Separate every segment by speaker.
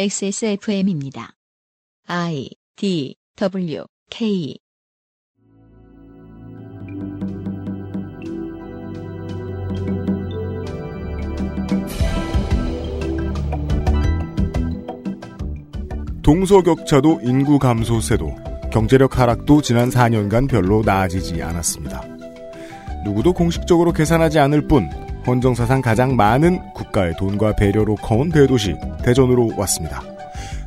Speaker 1: XSFM입니다. I D W K
Speaker 2: 동서격차도 인구 감소세도 경제력 하락도 지난 4년간 별로 나아지지 않았습니다. 누구도 공식적으로 계산하지 않을 뿐 헌정사상 가장 많은 국가의 돈과 배려로 커온 대도시 대전으로 왔습니다.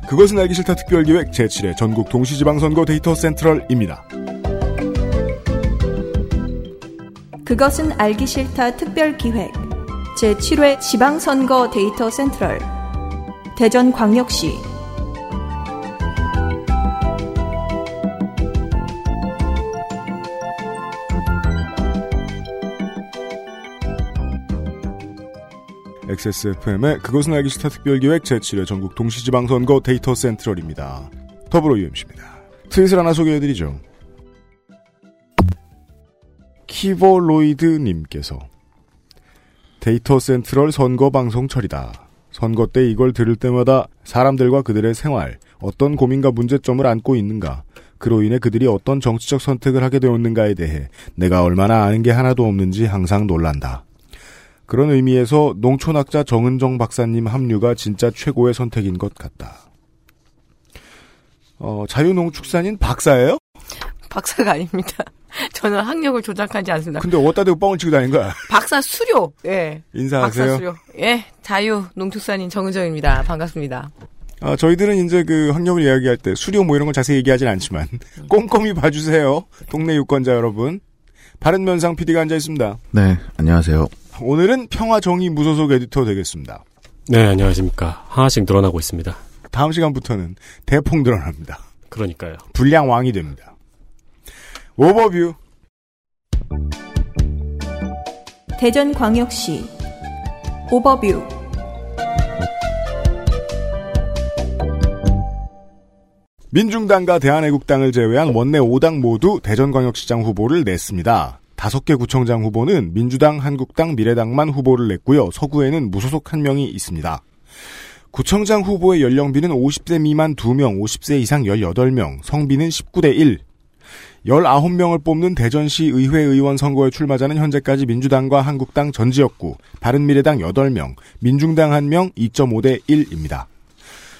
Speaker 2: 그것은 알기 싫다 특별기획 제7회 전국 동시지방선거 데이터 센트럴입니다.
Speaker 3: 그것은 알기 싫다 특별기획 제7회 지방선거 데이터 센트럴 대전광역시
Speaker 2: XSFM의 그것은 알기 싫다 특별기획 제7회 전국 동시지방선거 데이터 센트럴입니다. 더불어 UMC입니다. 트윗을 하나 소개해드리죠. 키보로이드님께서 데이터 센트럴 선거 방송 처리다. 선거 때 이걸 들을 때마다 사람들과 그들의 생활, 어떤 고민과 문제점을 안고 있는가, 그로 인해 그들이 어떤 정치적 선택을 하게 되었는가에 대해 내가 얼마나 아는 게 하나도 없는지 항상 놀란다. 그런 의미에서 농촌학자 정은정 박사님 합류가 진짜 최고의 선택인 것 같다. 어, 자유농축산인 박사예요?
Speaker 4: 박사가 아닙니다. 저는 학력을 조작하지 않습니다.
Speaker 2: 근데 어디다 대고 뻥을 치고 다닌 거야?
Speaker 4: 박사 수료. 예. 박사
Speaker 5: 아,
Speaker 2: 인사하세요.
Speaker 4: 수료. 예. 자유 농축산인 정은정입니다. 반갑습니다.
Speaker 2: 아, 저희들은 이제 그 학력을 이야기할 때 수료 뭐 이런 건 자세히 얘기하진 않지만 꼼꼼히 봐주세요. 동네 유권자 여러분. 바른면상 PD가 앉아 있습니다.
Speaker 5: 네, 안녕하세요.
Speaker 2: 오늘은 평화정의 무소속 에디터 되겠습니다.
Speaker 6: 네, 안녕하십니까. 하나씩 늘어나고 있습니다.
Speaker 2: 다음 시간부터는 대폭 늘어납니다.
Speaker 6: 그러니까요.
Speaker 2: 불량 왕이 됩니다. 오버뷰.
Speaker 3: 대전광역시 오버뷰
Speaker 2: 민중당과 대한애국당을 제외한 원내 5당 모두 대전광역시장 후보를 냈습니다. 다섯 개 구청장 후보는 민주당, 한국당, 미래당만 후보를 냈고요. 서구에는 무소속 한 명이 있습니다. 구청장 후보의 연령비는 50세 미만 2명, 50세 이상 18명, 성비는 19대 1. 19명을 뽑는 대전시 의회 의원 선거에 출마자는 현재까지 민주당과 한국당 전 지역구, 바른미래당 8명, 민중당 1명 2.5대 1입니다.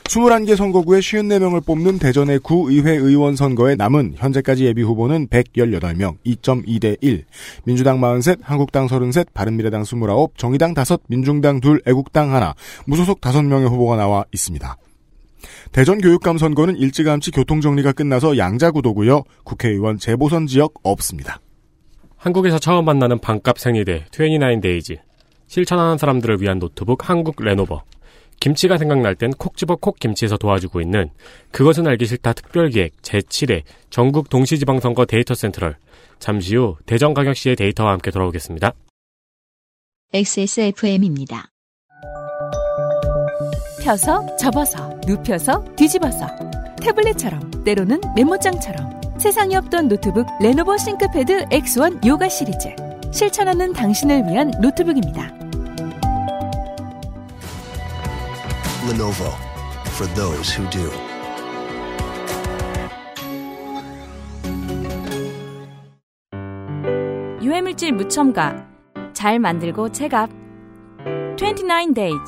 Speaker 2: 21개 선거구에 54명을 뽑는 대전의 구의회 의원 선거에 남은 현재까지 예비 후보는 118명, 2.2대 1. 민주당 43, 한국당 33, 바른미래당 29, 정의당 5, 민중당 2, 애국당 1, 무소속 5명의 후보가 나와 있습니다. 대전 교육감 선거는 일찌감치 교통정리가 끝나서 양자구도고요. 국회의원 재보선 지역 없습니다.
Speaker 6: 한국에서 처음 만나는 반값 생리대 29데이즈. 실천하는 사람들을 위한 노트북 한국 레노버. 김치가 생각날 땐 콕 집어 콕 김치에서 도와주고 있는 그것은 알기 싫다 특별기획 제7회 전국 동시지방선거 데이터 센트럴. 잠시 후 대전광역시의 데이터와 함께 돌아오겠습니다.
Speaker 1: XSFM입니다.
Speaker 7: 펴서 접어서 눕혀서 뒤집어서 태블릿처럼 때로는 메모장처럼 세상에 없던 노트북 레노버 싱크패드 X1 요가 시리즈 실천하는 당신을 위한 노트북입니다.
Speaker 8: Lenovo for those who do.
Speaker 7: 유해물질 무첨가 잘 만들고 체갑 29days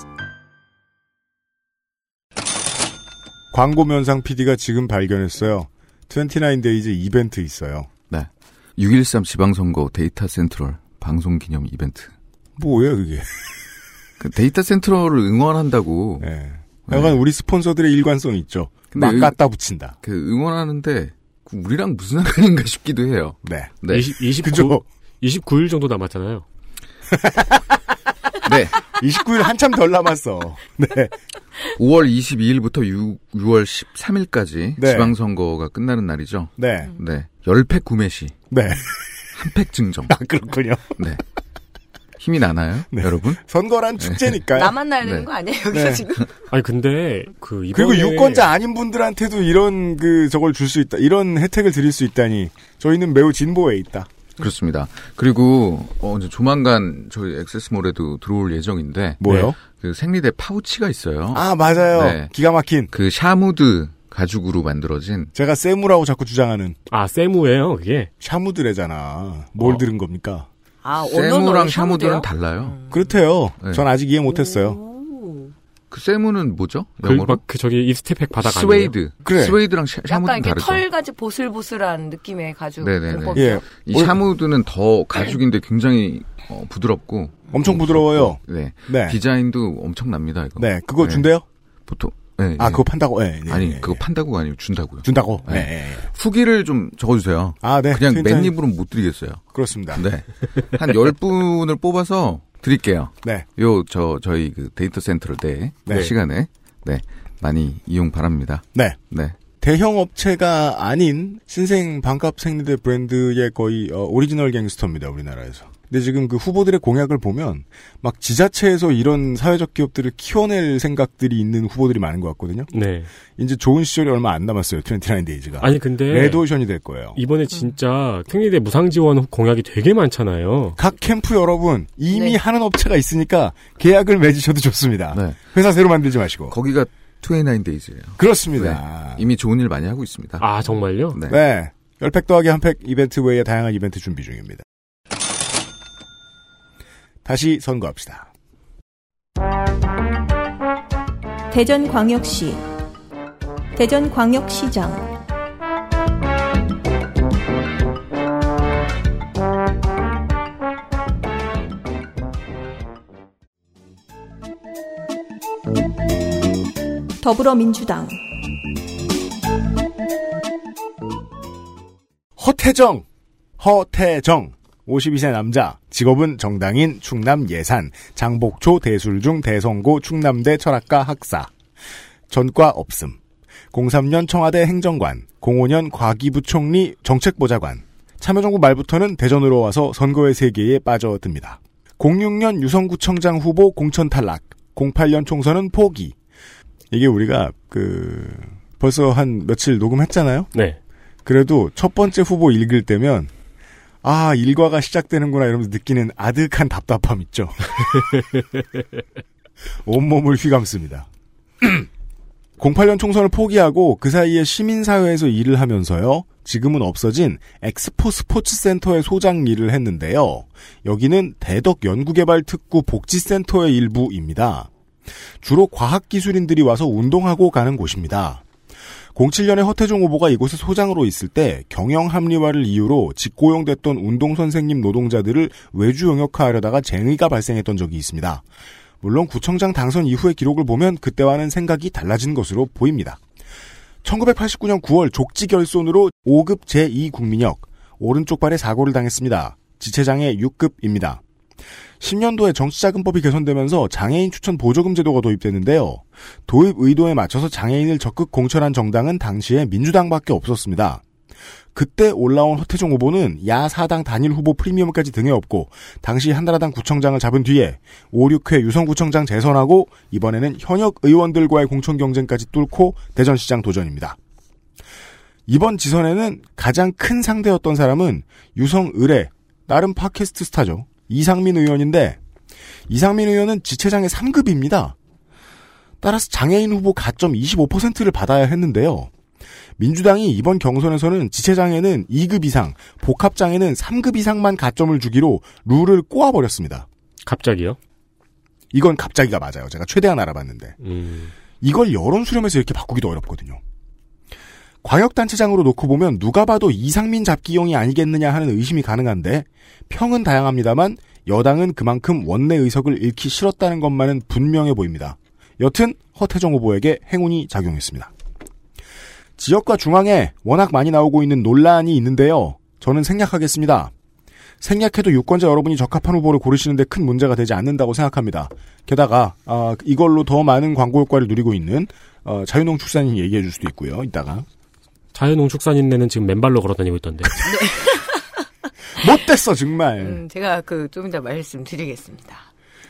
Speaker 2: 광고면상 PD가 지금 발견했어요. 29데이즈 이벤트 있어요.
Speaker 5: 6.13 네. 지방선거 데이터 센트럴 방송 기념 이벤트.
Speaker 2: 뭐예요 그게?
Speaker 5: 그 데이터 센트럴을 응원한다고.
Speaker 2: 예. 약간 우리 스폰서들의 일관성 이 있죠.
Speaker 5: 근데
Speaker 2: 막
Speaker 5: 의-
Speaker 2: 갖다 붙인다.
Speaker 5: 그 응원하는데 그 우리랑 무슨 상관인가 싶기도 해요.
Speaker 2: 네.
Speaker 5: 네.
Speaker 6: 20, 29,
Speaker 2: 그죠?
Speaker 6: 29일 정도 남았잖아요.
Speaker 5: 네.
Speaker 2: 29일 한참 덜 남았어. 네.
Speaker 5: 5월 22일부터 6, 6월 13일까지
Speaker 2: 네.
Speaker 5: 지방선거가 끝나는 날이죠.
Speaker 2: 네.
Speaker 5: 네. 10팩 구매 시
Speaker 2: 네.
Speaker 5: 1팩 증정.
Speaker 2: 아, 그렇군요.
Speaker 5: 네. 힘이 나나요?
Speaker 2: 네.
Speaker 5: 여러분?
Speaker 2: 선거란 축제니까요.
Speaker 4: 나만 날리는
Speaker 5: 네.
Speaker 4: 거 아니에요, 여기서
Speaker 2: 네.
Speaker 4: 지금?
Speaker 6: 아니 근데 그 이번에
Speaker 2: 그리고
Speaker 4: 네.
Speaker 2: 유권자 아닌 분들한테도 이런 그 저걸 줄 수 있다. 이런 혜택을 드릴 수 있다니 저희는 매우 진보에 있다.
Speaker 5: 그렇습니다. 그리고 어, 이제 조만간 저희 액세스몰에도 들어올 예정인데
Speaker 2: 뭐요?
Speaker 6: 네.
Speaker 5: 그 생리대 파우치가 있어요.
Speaker 2: 아 맞아요.
Speaker 5: 네.
Speaker 2: 기가 막힌.
Speaker 5: 그 샤무드 가죽으로 만들어진
Speaker 2: 제가 세무라고 자꾸 주장하는
Speaker 6: 아, 세무예요, 그게.
Speaker 2: 샤무드래잖아. 뭘
Speaker 5: 어.
Speaker 2: 들은 겁니까?
Speaker 4: 아,
Speaker 5: 세무랑
Speaker 4: 언어는
Speaker 5: 샤무드는
Speaker 4: 샤무드요? 음.
Speaker 5: 달라요.
Speaker 2: 그렇대요.
Speaker 5: 네.
Speaker 2: 전 아직 이해 못했어요.
Speaker 4: 오.
Speaker 5: 그 세무는 뭐죠?
Speaker 6: 그,
Speaker 5: 영어로
Speaker 6: 막, 그, 저기, 입스테팩 바닥 아니에요?
Speaker 5: 스웨이드.
Speaker 2: 그래.
Speaker 5: 스웨이드랑 샤, 무드
Speaker 4: 약간
Speaker 5: 는
Speaker 4: 이렇게
Speaker 5: 다르죠.
Speaker 4: 털같이 보슬보슬한 느낌의 가죽.
Speaker 5: 네네네.
Speaker 4: 용법이죠.
Speaker 2: 예,
Speaker 5: 이 샤무드는 더 가죽인데 굉장히 어, 부드럽고
Speaker 2: 엄청 부드러워요.
Speaker 5: 네.
Speaker 2: 네,
Speaker 5: 디자인도 엄청납니다. 이거.
Speaker 2: 네, 그거
Speaker 5: 네.
Speaker 2: 준대요?
Speaker 5: 보통 네,
Speaker 2: 아,
Speaker 5: 네.
Speaker 2: 그거 판다고? 예, 예,
Speaker 5: 아니
Speaker 2: 예,
Speaker 5: 그거
Speaker 2: 예.
Speaker 5: 판다고가 아니고 준다고요.
Speaker 2: 준다고? 네.
Speaker 5: 네.
Speaker 2: 예, 예.
Speaker 5: 후기를 좀 적어주세요.
Speaker 2: 아, 네.
Speaker 5: 그냥
Speaker 2: 트윈타임.
Speaker 5: 맨입으로는 못 드리겠어요.
Speaker 2: 그렇습니다.
Speaker 5: 네. 한 10분을 뽑아서 드릴게요.
Speaker 2: 네.
Speaker 5: 요, 저, 저희 그 데이터 센터를 때,
Speaker 2: 네.
Speaker 5: 시간에, 네. 많이 이용 바랍니다.
Speaker 2: 네.
Speaker 5: 네.
Speaker 2: 대형 업체가 아닌 신생 반값 생리대 브랜드의 거의 어, 오리지널 갱스터입니다 우리나라에서. 근데 지금 그 후보들의 공약을 보면 막 지자체에서 이런 사회적 기업들을 키워낼 생각들이 있는 후보들이 많은 것 같거든요.
Speaker 6: 네.
Speaker 2: 이제 좋은 시절이 얼마 안 남았어요. 29데이즈가.
Speaker 6: 아니, 근데.
Speaker 2: 레드오션이 될 거예요.
Speaker 6: 이번에 진짜 생리대 무상 지원 공약이 되게 많잖아요.
Speaker 2: 각 캠프 여러분 이미
Speaker 4: 네.
Speaker 2: 하는 업체가 있으니까 계약을 맺으셔도 좋습니다.
Speaker 5: 네.
Speaker 2: 회사 새로 만들지 마시고.
Speaker 5: 거기가 29데이즈예요. 네.
Speaker 2: 그렇습니다.
Speaker 5: 이미 좋은 일 많이 하고 있습니다.
Speaker 6: 아, 정말요?
Speaker 5: 네.
Speaker 2: 네. 열팩 더하기 한팩 이벤트 외에 다양한 이벤트 준비 중입니다. 다시 선거합시다.
Speaker 3: 대전광역시 대전광역시장 더불어민주당
Speaker 2: 허태정! 허태정! 52세 남자, 직업은 정당인 충남 예산, 장복초 대술중 대성고 충남대 철학과 학사, 전과 없음, 03년 청와대 행정관, 05년 과기부총리 정책보좌관, 참여정부 말부터는 대전으로 와서 선거의 세계에 빠져듭니다. 06년 유성구청장 후보 공천 탈락, 08년 총선은 포기. 이게 우리가 그 벌써 한 며칠 녹음했잖아요.
Speaker 6: 네.
Speaker 2: 그래도 첫 번째 후보 읽을 때면 아 일과가 시작되는구나 이러면서 느끼는 아득한 답답함 있죠. 온몸을 휘감습니다. 08년 총선을 포기하고 그 사이에 시민사회에서 일을 하면서요. 지금은 없어진 엑스포 스포츠 센터의 소장 일을 했는데요. 여기는 대덕 연구개발 특구 복지센터의 일부입니다. 주로 과학기술인들이 와서 운동하고 가는 곳입니다. 07년에 허태종 후보가 이곳에 소장으로 있을 때 경영 합리화를 이유로 직고용됐던 운동 선생님 노동자들을 외주 영역화하려다가 쟁의가 발생했던 적이 있습니다. 물론 구청장 당선 이후의 기록을 보면 그때와는 생각이 달라진 것으로 보입니다. 1989년 9월 족지 결손으로 5급 제2 국민역 오른쪽 발에 사고를 당했습니다. 지체장애 6급입니다. 10년도에 정치자금법이 개선되면서 장애인 추천 보조금 제도가 도입됐는데요. 도입 의도에 맞춰서 장애인을 적극 공천한 정당은 당시에 민주당밖에 없었습니다. 그때 올라온 허태종 후보는 야사당 단일 후보 프리미엄까지 등에 업고 당시 한나라당 구청장을 잡은 뒤에 5, 6회 유성구청장 재선하고 이번에는 현역 의원들과의 공천 경쟁까지 뚫고 대전시장 도전입니다. 이번 지선에는 가장 큰 상대였던 사람은 유성의뢰 나름 팟캐스트 스타죠. 이상민 의원인데 이상민 의원은 지체장의 3급입니다. 따라서 장애인 후보 가점 25%를 받아야 했는데요. 민주당이 이번 경선에서는 지체장애는 2급 이상, 복합장애는 3급 이상만 가점을 주기로 룰을 꼬아버렸습니다.
Speaker 6: 갑자기요?
Speaker 2: 이건 갑자기가 맞아요. 제가 최대한 알아봤는데.
Speaker 6: 음.
Speaker 2: 이걸 여론 수렴해서 이렇게 바꾸기도 어렵거든요. 광역단체장으로 놓고 보면 누가 봐도 이상민 잡기용이 아니겠느냐 하는 의심이 가능한데 평은 다양합니다만 여당은 그만큼 원내 의석을 잃기 싫었다는 것만은 분명해 보입니다. 여튼 허태정 후보에게 행운이 작용했습니다. 지역과 중앙에 워낙 많이 나오고 있는 논란이 있는데요. 저는 생략하겠습니다. 생략해도 유권자 여러분이 적합한 후보를 고르시는데 큰 문제가 되지 않는다고 생각합니다. 게다가 아, 이걸로 더 많은 광고 효과를 누리고 있는 어, 자유농축산인 얘기해 줄 수도 있고요. 이따가
Speaker 6: 자유농축산인네는 지금 맨발로 걸어다니고 있던데.
Speaker 2: 못됐어 정말
Speaker 5: 예.
Speaker 4: 음, 제가 그 좀 이따 말씀드리겠습니다.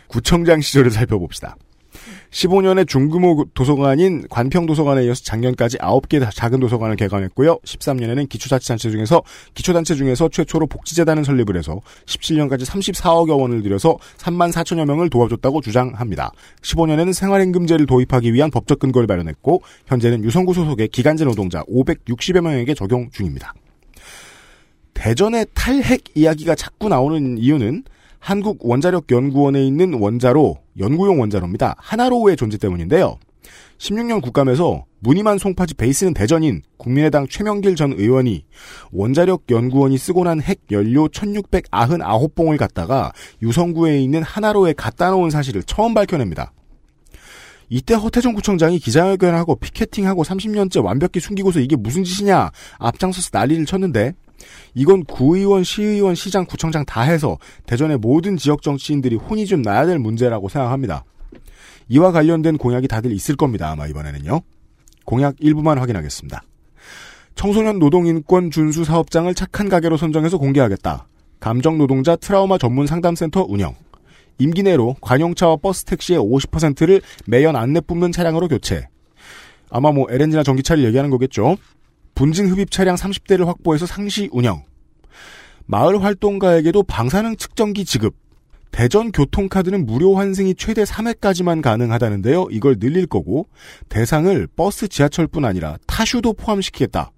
Speaker 2: 구청장 시절을 살펴봅시다. 15년에 중규모 도서관인 관평도서관에 이어서 작년까지 9개 작은 도서관을 개관했고요. 13년에는 기초자치단체 중에서 기초단체 중에서 최초로 복지재단을 설립을 해서 17년까지 34억여 원을 들여서 3만 4천여 명을 도와줬다고 주장합니다. 15년에는 생활임금제를 도입하기 위한 법적 근거를 마련했고 현재는 유성구 소속의 기간제 노동자 560여 명에게 적용 중입니다. 대전의 탈핵 이야기가 자꾸 나오는 이유는 한국 원자력 연구원에 있는 원자로 연구용 원자로입니다. 하나로의 존재 때문인데요. 16년 국감에서 무늬만 송파지 베이스는 대전인 국민의당 최명길 전 의원이 원자력 연구원이 쓰고 난 핵 연료 1699봉을 갖다가 유성구에 있는 하나로에 갖다 놓은 사실을 처음 밝혀냅니다. 이때 허태정 구청장이 기자회견하고 피켓팅하고 30년째 완벽히 숨기고서 이게 무슨 짓이냐 앞장서서 난리를 쳤는데 이건 구의원, 시의원, 시장, 구청장 다 해서 대전의 모든 지역 정치인들이 혼이 좀 나야 될 문제라고 생각합니다. 이와 관련된 공약이 다들 있을 겁니다. 아마 이번에는요. 공약 일부만 확인하겠습니다. 청소년 노동인권 준수 사업장을 착한 가게로 선정해서 공개하겠다. 감정노동자 트라우마 전문 상담센터 운영. 임기 내로 관용차와 버스 택시의 50%를 매연 안내 뿜는 차량으로 교체. 아마 뭐 LNG나 전기차를 얘기하는 거겠죠. 분진 흡입 차량 30대를 확보해서 상시 운영. 마을 활동가에게도 방사능 측정기 지급. 대전 교통카드는 무료 환승이 최대 3회까지만 가능하다는데요. 이걸 늘릴 거고 대상을 버스 지하철뿐 아니라 타슈도 포함시키겠다.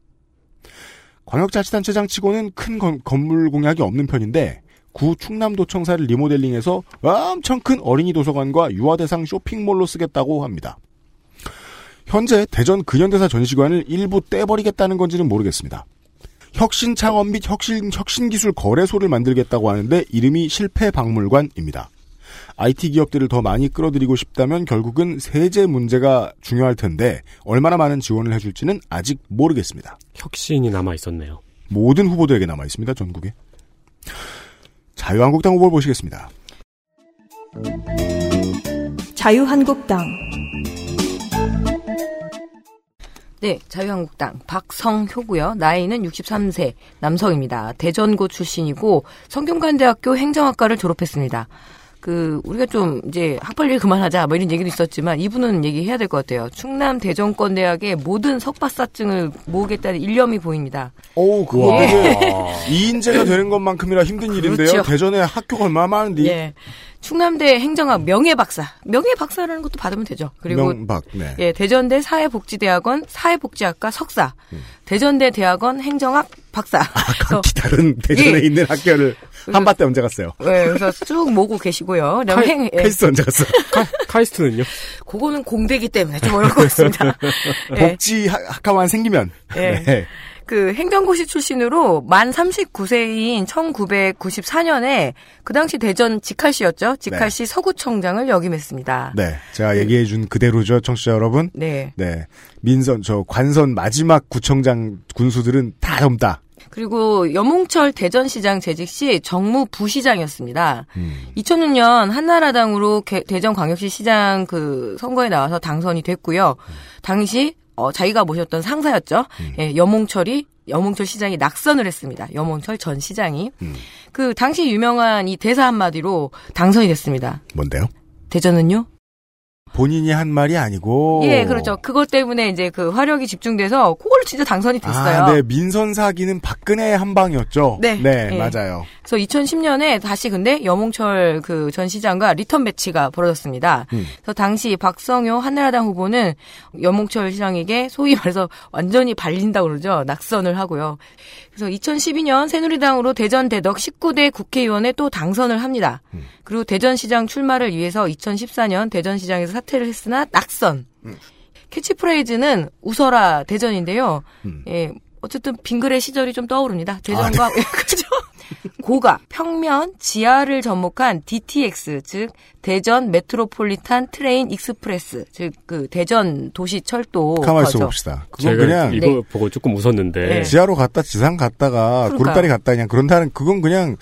Speaker 2: 광역자치단체장 치고는 큰 건, 건물 공약이 없는 편인데 구 충남도청사를 리모델링해서 엄청 큰 어린이 도서관과 유아대상 쇼핑몰로 쓰겠다고 합니다. 현재 대전 근현대사 전시관을 일부 떼버리겠다는 건지는 모르겠습니다. 혁신 창업 및 혁신, 혁신기술 거래소를 만들겠다고 하는데 이름이 실패박물관입니다. IT 기업들을 더 많이 끌어들이고 싶다면 결국은 세제 문제가 중요할 텐데 얼마나 많은 지원을 해줄지는 아직 모르겠습니다.
Speaker 6: 혁신이 남아 있었네요.
Speaker 2: 모든 후보들에게 남아있습니다, 전국에. 자유한국당 후보를 보시겠습니다.
Speaker 3: 자유한국당
Speaker 4: 네, 자유한국당 박성효고요. 나이는 63세 남성입니다. 대전고 출신이고 성균관대학교 행정학과를 졸업했습니다. 그 우리가 좀 이제 학벌 일 그만하자 뭐 이런 얘기도 있었지만 이분은 얘기해야 될 것 같아요. 충남 대전권 대학의 모든 석박사증을 모으겠다는 일념이 보입니다.
Speaker 2: 오, 그거 되게 이인재가 되는 것만큼이나 힘든 일인데요.
Speaker 4: 그렇죠.
Speaker 2: 대전에 학교가 얼마나 많은데
Speaker 4: 예. 충남대 행정학 명예박사. 명예박사라는 것도 받으면 되죠. 그리고
Speaker 2: 명박, 네.
Speaker 4: 예, 대전대 사회복지대학원 사회복지학과 석사. 대전대 대학원 행정학 박사. 음. 아, 그래서,
Speaker 2: 각기 다른 대전에
Speaker 4: 예.
Speaker 2: 있는 학교를 한밭대 언제 갔어요?
Speaker 4: 예, 그래서 쭉 모고 계시고요.
Speaker 2: 아,
Speaker 4: 그다음에 행, 예.
Speaker 2: 페이스 언제 갔어요?
Speaker 6: 카, 이스트는요
Speaker 4: 그거는 공대기 때문에 좀 어려울 것 같습니다. 예,
Speaker 2: 복지 학- 학과만 생기면
Speaker 4: 예.
Speaker 2: 네.
Speaker 4: 그 행정고시 출신으로 만 39세인 1994년에 그 당시 대전 직할시였죠. 직할시 서구청장을 역임했습니다.
Speaker 2: 네, 제가 얘기해 준 그대로죠, 청취자 여러분.
Speaker 4: 네.
Speaker 2: 네, 민선 저 관선 마지막 구청장 군수들은 다 젊다.
Speaker 4: 그리고 여몽철 대전시장 재직 시 정무부시장이었습니다.
Speaker 2: 음,
Speaker 4: 2006년 한나라당으로 개- 대전광역시 시장 그 선거에 나와서 당선이 됐고요. 당시 어, 자기가 모셨던 상사였죠.
Speaker 2: 음.
Speaker 4: 예, 여몽철이 여몽철 시장이 낙선을 했습니다. 여몽철 전 시장이
Speaker 2: 음.
Speaker 4: 그 당시 유명한 이 대사 한마디로 당선이 됐습니다.
Speaker 2: 뭔데요?
Speaker 4: 대전은요?
Speaker 2: 본인이 한 말이 아니고
Speaker 4: 예, 그렇죠. 그것 때문에 이제 그 화력이 집중돼서 그걸로 진짜 당선이 됐어요.
Speaker 2: 아, 네, 민선 사기는 박근혜 한 방이었죠.
Speaker 4: 네.
Speaker 2: 네,
Speaker 4: 예.
Speaker 2: 맞아요.
Speaker 4: 그래서 2010년에 다시 근데 여몽철 그 전 시장과 리턴 매치가 벌어졌습니다. 그래서 당시 박성효 한나라당 후보는 여몽철 시장에게 소위 말해서 완전히 발린다고 그러죠. 낙선을 하고요. 그래서 2012년 새누리당으로 대전 대덕 19대 국회의원에 또 당선을 합니다.
Speaker 2: 음.
Speaker 4: 그리고 대전시장 출마를 위해서 2014년 대전시장에서 사퇴를 했으나 낙선.
Speaker 2: 음.
Speaker 4: 캐치프레이즈는 웃어라 대전인데요.
Speaker 2: 음.
Speaker 4: 예, 어쨌든 빙그레 시절이 좀 떠오릅니다. 대전과
Speaker 2: 아, 네.
Speaker 4: 그죠? 고가, 평면, 지하를 접목한 DTX, 즉 대전 메트로폴리탄 트레인 익스프레스, 즉 그 대전 도시 철도
Speaker 2: 가만 있어
Speaker 4: 거죠.
Speaker 2: 봅시다. 그건
Speaker 6: 제가
Speaker 2: 그냥
Speaker 6: 이거 보고 조금 웃었는데
Speaker 4: 네.
Speaker 2: 지하로 갔다 지상 갔다가
Speaker 4: 그러니까요.
Speaker 2: 구름다리 갔다 그냥 그런다는 그건 그냥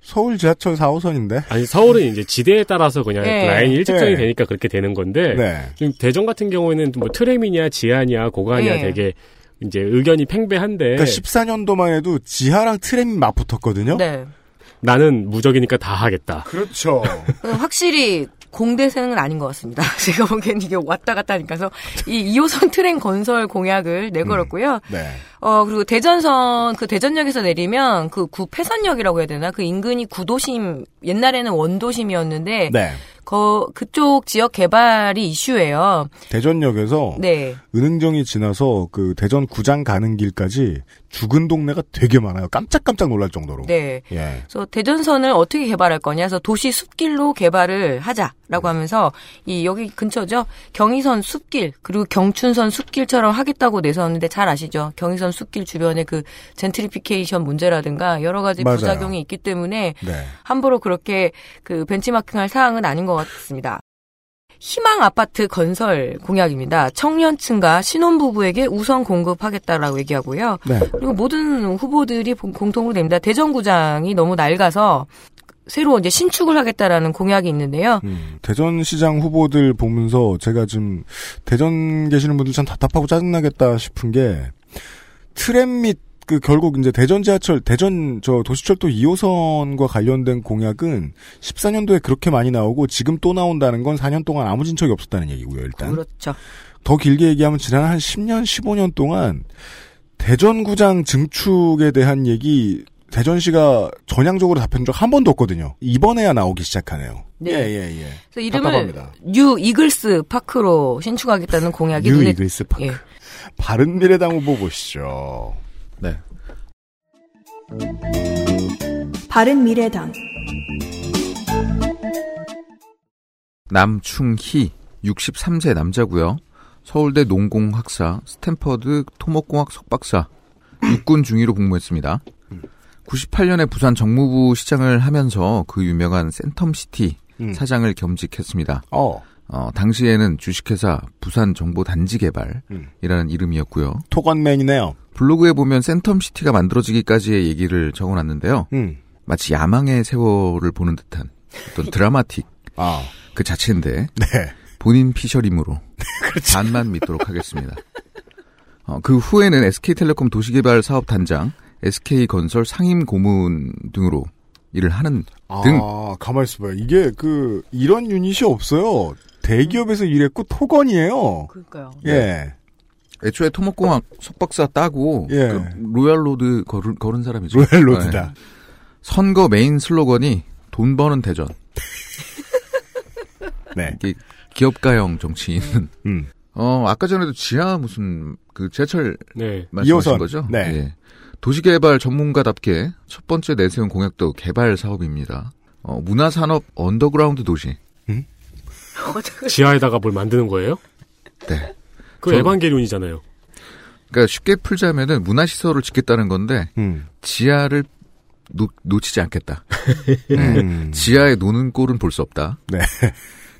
Speaker 2: 서울 지하철 4호선인데.
Speaker 6: 아니 서울은 이제 지대에 따라서 그냥
Speaker 4: 예.
Speaker 6: 라인이 일직선이
Speaker 2: 예.
Speaker 6: 되니까 그렇게 되는 건데
Speaker 2: 네.
Speaker 6: 지금 대전 같은 경우에는 뭐 트램이냐 지하냐 고가냐
Speaker 4: 예.
Speaker 6: 되게 이제 의견이 팽배한데
Speaker 2: 그러니까 14년도만 해도 지하랑 트램이 맞붙었거든요.
Speaker 4: 네.
Speaker 6: 나는 무적이니까 다 하겠다.
Speaker 2: 그렇죠.
Speaker 4: 어, 확실히 공대생은 아닌 것 같습니다. 제가 보기엔 이게 왔다 갔다 하니까서 이 2호선 트램 건설 공약을 내걸었고요.
Speaker 2: 네.
Speaker 4: 어, 그리고 대전선, 그 대전역에서 내리면 그 구, 패선역이라고 해야 되나? 그 인근이 구도심, 옛날에는 원도심이었는데,
Speaker 2: 네.
Speaker 4: 거, 그쪽 지역 개발이 이슈예요.
Speaker 2: 대전역에서
Speaker 4: 네.
Speaker 2: 은흥정이 지나서 그 대전 구장 가는 길까지 죽은 동네가 되게 많아요. 깜짝깜짝 놀랄 정도로.
Speaker 4: 네.
Speaker 2: 예.
Speaker 4: 그래서 대전선을 어떻게 개발할 거냐 해서 도시 숲길로 개발을 하자라고 하면서 이 여기 근처죠 경의선 숲길 그리고 경춘선 숲길처럼 하겠다고 내세웠는데 잘 아시죠 경의선 숲길 주변에 그 젠트리피케이션 문제라든가 여러 가지
Speaker 2: 맞아요.
Speaker 4: 부작용이 있기 때문에
Speaker 2: 네.
Speaker 4: 함부로 그렇게 그 벤치마킹할 사항은 아닌 것 같습니다. 희망 아파트 건설 공약입니다. 청년층과 신혼부부에게 우선 공급하겠다라고 얘기하고요.
Speaker 2: 네.
Speaker 4: 그리고 모든 후보들이 공- 공통으로 냅니다. 대전구장이 너무 낡아서 새로 이제 신축을 하겠다라는 공약이 있는데요.
Speaker 2: 음, 대전시장 후보들 보면서 제가 좀 대전 계시는 분들 참 답답하고 짜증나겠다 싶은 게 트램 및 그 결국 이제 대전 지하철 대전 저 도시철도 2호선과 관련된 공약은 14년도에 그렇게 많이 나오고 지금 또 나온다는 건 4년 동안 아무 진척이 없었다는 얘기고요 일단
Speaker 4: 그렇죠.
Speaker 2: 더 길게 얘기하면 지난 한 10년, 15년 동안 대전구장 증축에 대한 얘기 대전시가 전향적으로 답해준 적 한 번도 없거든요. 이번에야 나오기 시작하네요.
Speaker 4: 네.
Speaker 2: 예, 예, 예.
Speaker 4: 그래서 이름을
Speaker 2: 답답합니다.
Speaker 4: 뉴 이글스 파크로 신축하겠다는 공약이
Speaker 2: 뉴
Speaker 4: 눈에
Speaker 2: 이글스 파크.
Speaker 4: 예.
Speaker 2: 바른미래당 후보 보시죠.
Speaker 5: 네.
Speaker 3: 바른미래당
Speaker 5: 남충희 63세 남자고요. 서울대 농공학사, 스탠퍼드 토목공학 석박사, 육군 중위로 복무했습니다. 98년에 부산 정무부 시장을 하면서 그 유명한 센텀시티
Speaker 2: 음.
Speaker 5: 사장을 겸직했습니다.
Speaker 2: 어,
Speaker 5: 어, 당시에는 주식회사 부산 정보 단지
Speaker 2: 음.
Speaker 5: 개발이라는 이름이었고요.
Speaker 2: 토건맨이네요.
Speaker 5: 블로그에 보면 센텀시티가 만들어지기까지의 얘기를 적어놨는데요.
Speaker 2: 음,
Speaker 5: 마치 야망의 세월을 보는 듯한 어떤 드라마틱
Speaker 2: 아,
Speaker 5: 그 자체인데
Speaker 2: 네. 그렇죠.
Speaker 5: 본인 피셜임으로 반만 믿도록 하겠습니다. 어, 그 후에는 SK텔레콤 도시개발 사업 단장, SK건설 상임 고문 등으로 일을 하는 등
Speaker 2: 아, 가만 있어봐요. 이게 그 이런 유닛이 없어요. 대기업에서 일했고 토건이에요.
Speaker 4: 그러니까요.
Speaker 2: 예,
Speaker 5: 애초에 토목공학 석박사 따고
Speaker 2: 예.
Speaker 5: 그 로얄로드 걸은, 걸은 사람이죠.
Speaker 2: 로얄로드다.
Speaker 5: 네. 선거 메인 슬로건이 돈 버는 대전.
Speaker 2: 네,
Speaker 5: 이게 기업가형 정치인은
Speaker 2: 음,
Speaker 5: 어 아까 전에도 지하 무슨 그 지하철
Speaker 6: 네.
Speaker 5: 말씀하신
Speaker 2: 이호선.
Speaker 5: 거죠?
Speaker 2: 네.
Speaker 5: 예. 도시개발 전문가답게 첫 번째 내세운 공약도 개발 사업입니다. 어, 문화산업 언더그라운드 도시.
Speaker 6: 지하에다가 뭘 만드는 거예요?
Speaker 5: 네.
Speaker 6: 그
Speaker 5: 저-
Speaker 6: 에반게리온이잖아요.
Speaker 5: 그러니까 쉽게 풀자면은 문화시설을 짓겠다는 건데
Speaker 2: 음,
Speaker 5: 지하를 놓, 놓치지 않겠다. 네.
Speaker 2: 음.
Speaker 5: 지하에 노는 꼴은 볼 수 없다.
Speaker 2: 네.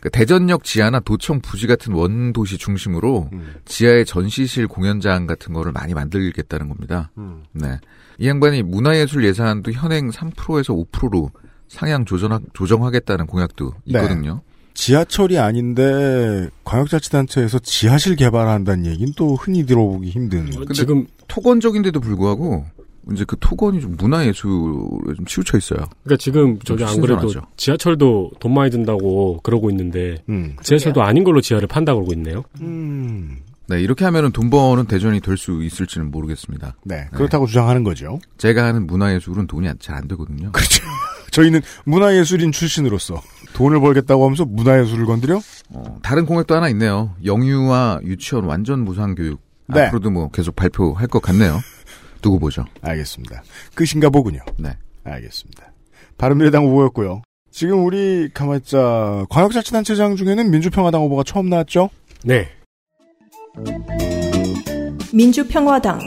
Speaker 5: 그러니까 대전역 지하나 도청 부지 같은 원도시 중심으로
Speaker 2: 음.
Speaker 5: 지하에 전시실 공연장 같은 거를 많이 만들겠다는 겁니다.
Speaker 2: 음.
Speaker 5: 네. 이 양반이 문화예술 예산도 현행 3%에서 5%로 상향 조정, 조정하겠다는 공약도
Speaker 2: 네.
Speaker 5: 있거든요.
Speaker 2: 지하철이 아닌데 광역자치단체에서 지하실 개발한다는 얘기는 또 흔히 들어보기 힘든.
Speaker 5: 아,
Speaker 6: 어, 지금
Speaker 5: 토건적인데도 불구하고 이제 그 토건이 좀 문화예술에 좀 치우쳐 있어요.
Speaker 6: 그러니까 지금 저기 안 그래도
Speaker 5: 신선하죠.
Speaker 6: 지하철도 돈 많이 든다고 그러고 있는데
Speaker 2: 음.
Speaker 6: 지하철도 아닌 걸로 지하를 판다 그러고 있네요.
Speaker 2: 음.
Speaker 5: 네, 이렇게 하면은 돈 버는 대전이 될 수 있을지는 모르겠습니다.
Speaker 2: 네. 그렇다고 주장하는 거죠.
Speaker 5: 제가 하는 문화예술은 돈이 잘 안 되거든요.
Speaker 2: 그렇죠. 저희는 문화예술인 출신으로서 돈을 벌겠다고 하면서 문화예술을 건드려?
Speaker 5: 어, 다른 공약도 하나 있네요. 영유아 유치원 완전 무상 교육.
Speaker 2: 네.
Speaker 5: 앞으로도 뭐 계속 발표할 것 같네요. 두고 보죠.
Speaker 2: 알겠습니다. 끝인가 보군요.
Speaker 5: 네.
Speaker 2: 알겠습니다. 바른미래당 후보였고요. 지금 우리 가만있자 광역자치단체장 중에는 민주평화당 후보가 처음 나왔죠?
Speaker 6: 네.
Speaker 3: 민주평화당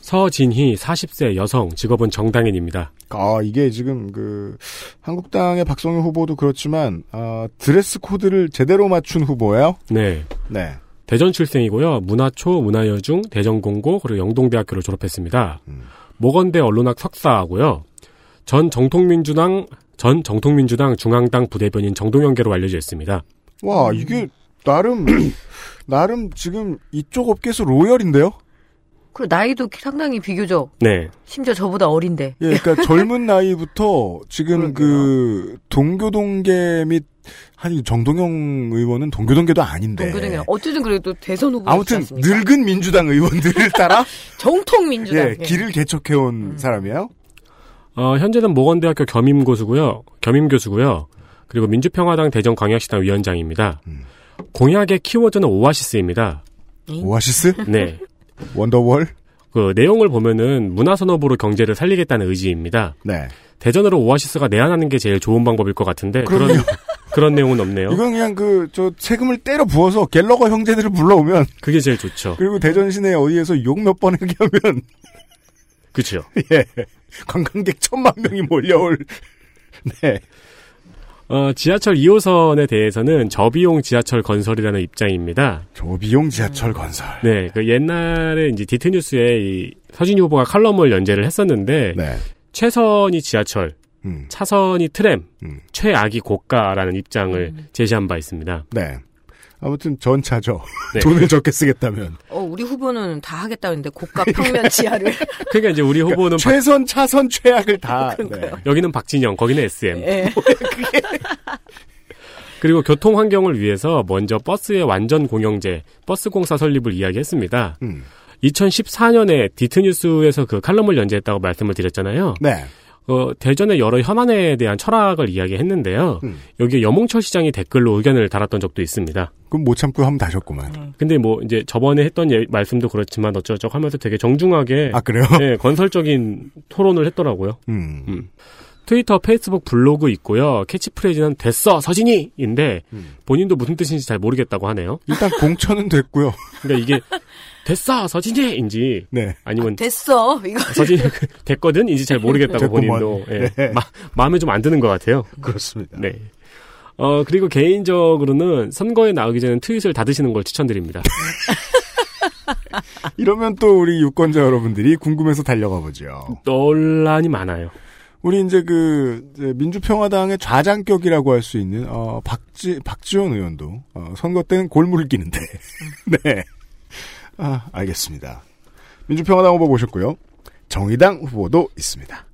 Speaker 6: 서진희 40세 여성 직업은 정당인입니다.
Speaker 2: 아 이게 지금 그 한국당의 박성현 후보도 그렇지만 아, 드레스 코드를 제대로 맞춘 후보예요.
Speaker 6: 네.
Speaker 2: 네.
Speaker 6: 대전 출생이고요. 문화초, 문화여중, 대전공고 그리고 영동대학교를 졸업했습니다.
Speaker 5: 음.
Speaker 6: 모건대 언론학 석사하고요. 전 정통민주당 전 정통민주당 중앙당 부대변인 정동영계로 알려져 있습니다.
Speaker 2: 와
Speaker 4: 음.
Speaker 2: 이게 나름 나름 지금 이쪽 업계에서 로열인데요.
Speaker 4: 그리고 나이도 상당히 비교적
Speaker 6: 네.
Speaker 4: 심지어 저보다 어린데.
Speaker 2: 예, 그러니까 젊은 나이부터 지금 그 동교동계 및 아니 정동영 의원은 동교동계도 아닌데 예.
Speaker 4: 동교동이랑 어쨌든 그래도 대선 후보
Speaker 2: 네. 아무튼 늙은 민주당 의원들을 따라
Speaker 4: 정통 민주당. 네. 음.
Speaker 2: 예, 길을 개척해온 사람이에요.
Speaker 6: 어, 현재는 모건대학교 겸임 교수고요. 겸임 교수고요. 그리고 민주평화당 대전광역시당 위원장입니다.
Speaker 2: 음.
Speaker 6: 공약의 키워드는 오아시스입니다.
Speaker 2: 오아시스,
Speaker 6: 네.
Speaker 2: 원더월,
Speaker 6: 그 내용을 보면은 문화산업으로 경제를 살리겠다는 의지입니다.
Speaker 2: 네.
Speaker 6: 대전으로 오아시스가 내한하는 게 제일 좋은 방법일 것 같은데 그런 그런 내용은 없네요.
Speaker 2: 이건 그냥 그 저 세금을 때려 부어서 갤러거 형제들을 불러오면
Speaker 6: 그게 제일 좋죠.
Speaker 2: 그리고 대전 시내 어디에서 욕 몇 번 하게 하면
Speaker 6: 그렇죠.
Speaker 2: 예 관광객 천만 명이 몰려올 네
Speaker 6: 어, 지하철 2호선에 대해서는 저비용 지하철 건설이라는 입장입니다.
Speaker 2: 조비용 지하철 건설.
Speaker 6: 네, 그 옛날에 이제 디트뉴스에 이 서진이 후보가 칼럼을 연재를 했었는데
Speaker 2: 네.
Speaker 6: 최선이 지하철,
Speaker 2: 음.
Speaker 6: 차선이 트램,
Speaker 2: 음.
Speaker 6: 최악이 고가라는 입장을 제시한 바 있습니다.
Speaker 2: 네. 아무튼 전차죠.
Speaker 6: 네.
Speaker 2: 돈을 적게 쓰겠다면.
Speaker 4: 어, 우리 후보는 다 하겠다는데 고가 평면 지하를.
Speaker 6: 그러니까 이제 우리
Speaker 2: 네.
Speaker 6: 후보는 박-
Speaker 2: 최선, 차선, 최악을 다. 네.
Speaker 6: 여기는 박진영, 거기는 SM.
Speaker 4: 예.
Speaker 6: 그리고 교통 환경을 위해서 먼저 버스의 완전 공영제, 버스 공사 설립을 이야기했습니다.
Speaker 2: 음.
Speaker 6: 2014년에 디트뉴스에서 그 칼럼을 연재했다고 말씀을 드렸잖아요.
Speaker 2: 네.
Speaker 6: 어, 대전의 여러 현안에 대한 철학을 이야기했는데요.
Speaker 2: 음.
Speaker 6: 여기에 여몽철 시장이 댓글로 의견을 달았던 적도 있습니다.
Speaker 2: 그럼 못 참고 하면 다셨구만.
Speaker 6: 근데 뭐 이제 저번에 했던 예- 말씀도 그렇지만 어쩌고저쩌고 하면서 되게 정중하게
Speaker 2: 아, 그래요?
Speaker 6: 예, 건설적인 토론을 했더라고요.
Speaker 2: 음.
Speaker 6: 음. 트위터, 페이스북, 블로그 있고요. 캐치프레이즈는 됐어 서진이인데 본인도 무슨 뜻인지 잘 모르겠다고 하네요.
Speaker 2: 일단 공천은 됐고요.
Speaker 6: 그러니까 이게 됐어 서진이인지
Speaker 2: 네.
Speaker 6: 아니면
Speaker 4: 됐어. 이거.
Speaker 6: 서진이 그 됐거든인지 잘 모르겠다고
Speaker 2: 됐구먼.
Speaker 6: 본인도 예,
Speaker 2: 네.
Speaker 6: 마- 마음에 좀 안 드는 것 같아요.
Speaker 2: 그렇습니다.
Speaker 6: 네. 어 그리고 개인적으로는 선거에 나오기 전에 트윗을 닫으시는 걸 추천드립니다.
Speaker 2: 이러면 또 우리 유권자 여러분들이 궁금해서 달려가 보죠.
Speaker 6: 논란이 많아요.
Speaker 2: 우리 이제 그 이제 민주평화당의 좌장격이라고 할 수 있는 어, 박지 박지원 의원도 어, 선거 때는 골무를 끼는데 네. 아, 알겠습니다. 민주평화당 후보 보셨고요. 정의당 후보도 있습니다.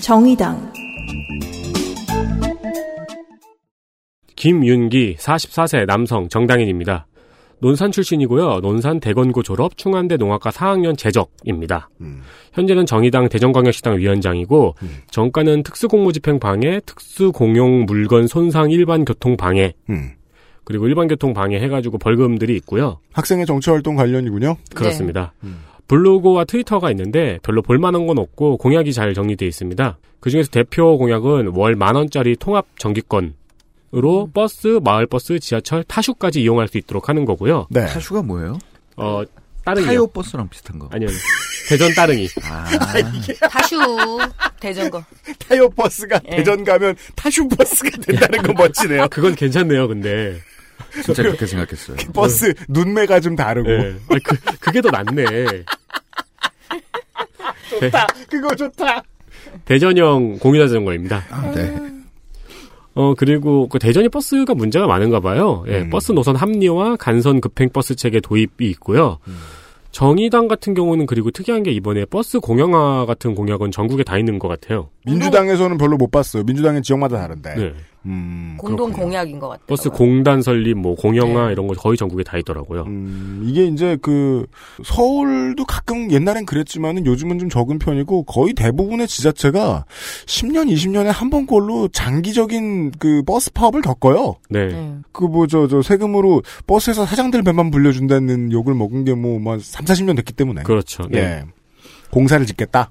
Speaker 3: 정의당,
Speaker 6: 김윤기 44세 남성 정당인입니다. 논산 출신이고요. 논산 대건고 졸업 충안대 농학과 4학년 재적입니다.
Speaker 2: 음.
Speaker 6: 현재는 정의당 대전광역시당 위원장이고 정가는 특수공무집행 방해, 특수공용 물건 손상 일반 교통 방해
Speaker 2: 음.
Speaker 6: 그리고 일반 교통 방해 해가지고 벌금들이 있고요.
Speaker 2: 학생의 정치 활동 관련이군요.
Speaker 6: 네. 그렇습니다. 블로그와 트위터가 있는데 별로 볼만한 건 없고 공약이 잘 정리되어 있습니다. 그중에서 대표 공약은 월 만 원짜리 통합 정기권으로 버스, 마을버스, 지하철, 타슈까지 이용할 수 있도록 하는 거고요.
Speaker 2: 네.
Speaker 5: 타수가 뭐예요?
Speaker 6: 어, 따릉이요.
Speaker 5: 타이어 버스랑 비슷한 거.
Speaker 6: 아니요. 대전 따릉이.
Speaker 5: 아,
Speaker 4: 다슈. 대전거.
Speaker 2: 타이어 버스가
Speaker 4: 예.
Speaker 2: 대전 가면 타슈 버스가 된다는 건 멋지네요.
Speaker 6: 아, 그건 괜찮네요, 근데.
Speaker 5: 진짜 그렇게 생각했어요.
Speaker 2: 버스 눈매가 좀 다르고
Speaker 6: 예. 아니, 그, 그게 더 낫네. 좋다.
Speaker 2: 그거 좋다.
Speaker 6: 대전형 공유자 자전거입니다.
Speaker 5: 아, 네.
Speaker 6: 어, 그리고 그 대전이 버스가 문제가 많은가 봐요. 예,
Speaker 2: 음.
Speaker 6: 버스 노선 합리화, 간선 급행 버스 체계 도입이 있고요.
Speaker 2: 음.
Speaker 6: 정의당 같은 경우는 그리고 특이한 게 이번에 버스 공영화 같은 공약은 전국에 다 있는 것 같아요.
Speaker 2: 민주당에서는 별로 못 봤어요. 민주당은 지역마다 다른데.
Speaker 6: 네.
Speaker 2: 음,
Speaker 4: 공동
Speaker 2: 그렇군요.
Speaker 4: 공약인 것 같아요.
Speaker 6: 버스 공단 설립, 뭐 공영화 이런 거 거의 전국에 다 있더라고요.
Speaker 2: 네. 음, 이게 이제 그 서울도 가끔 옛날엔 그랬지만은 요즘은 좀 적은 편이고 거의 대부분의 지자체가 10년, 20년에 한 번꼴로 장기적인 그 버스 파업을 겪어요.
Speaker 6: 네.
Speaker 4: 네.
Speaker 2: 그 뭐 저 저 세금으로 버스에서 사장들 배만 불려준다는 욕을 먹은 게 뭐 뭐 3, 40년 됐기 때문에.
Speaker 6: 그렇죠. 네.
Speaker 2: 예. 공사를 짓겠다.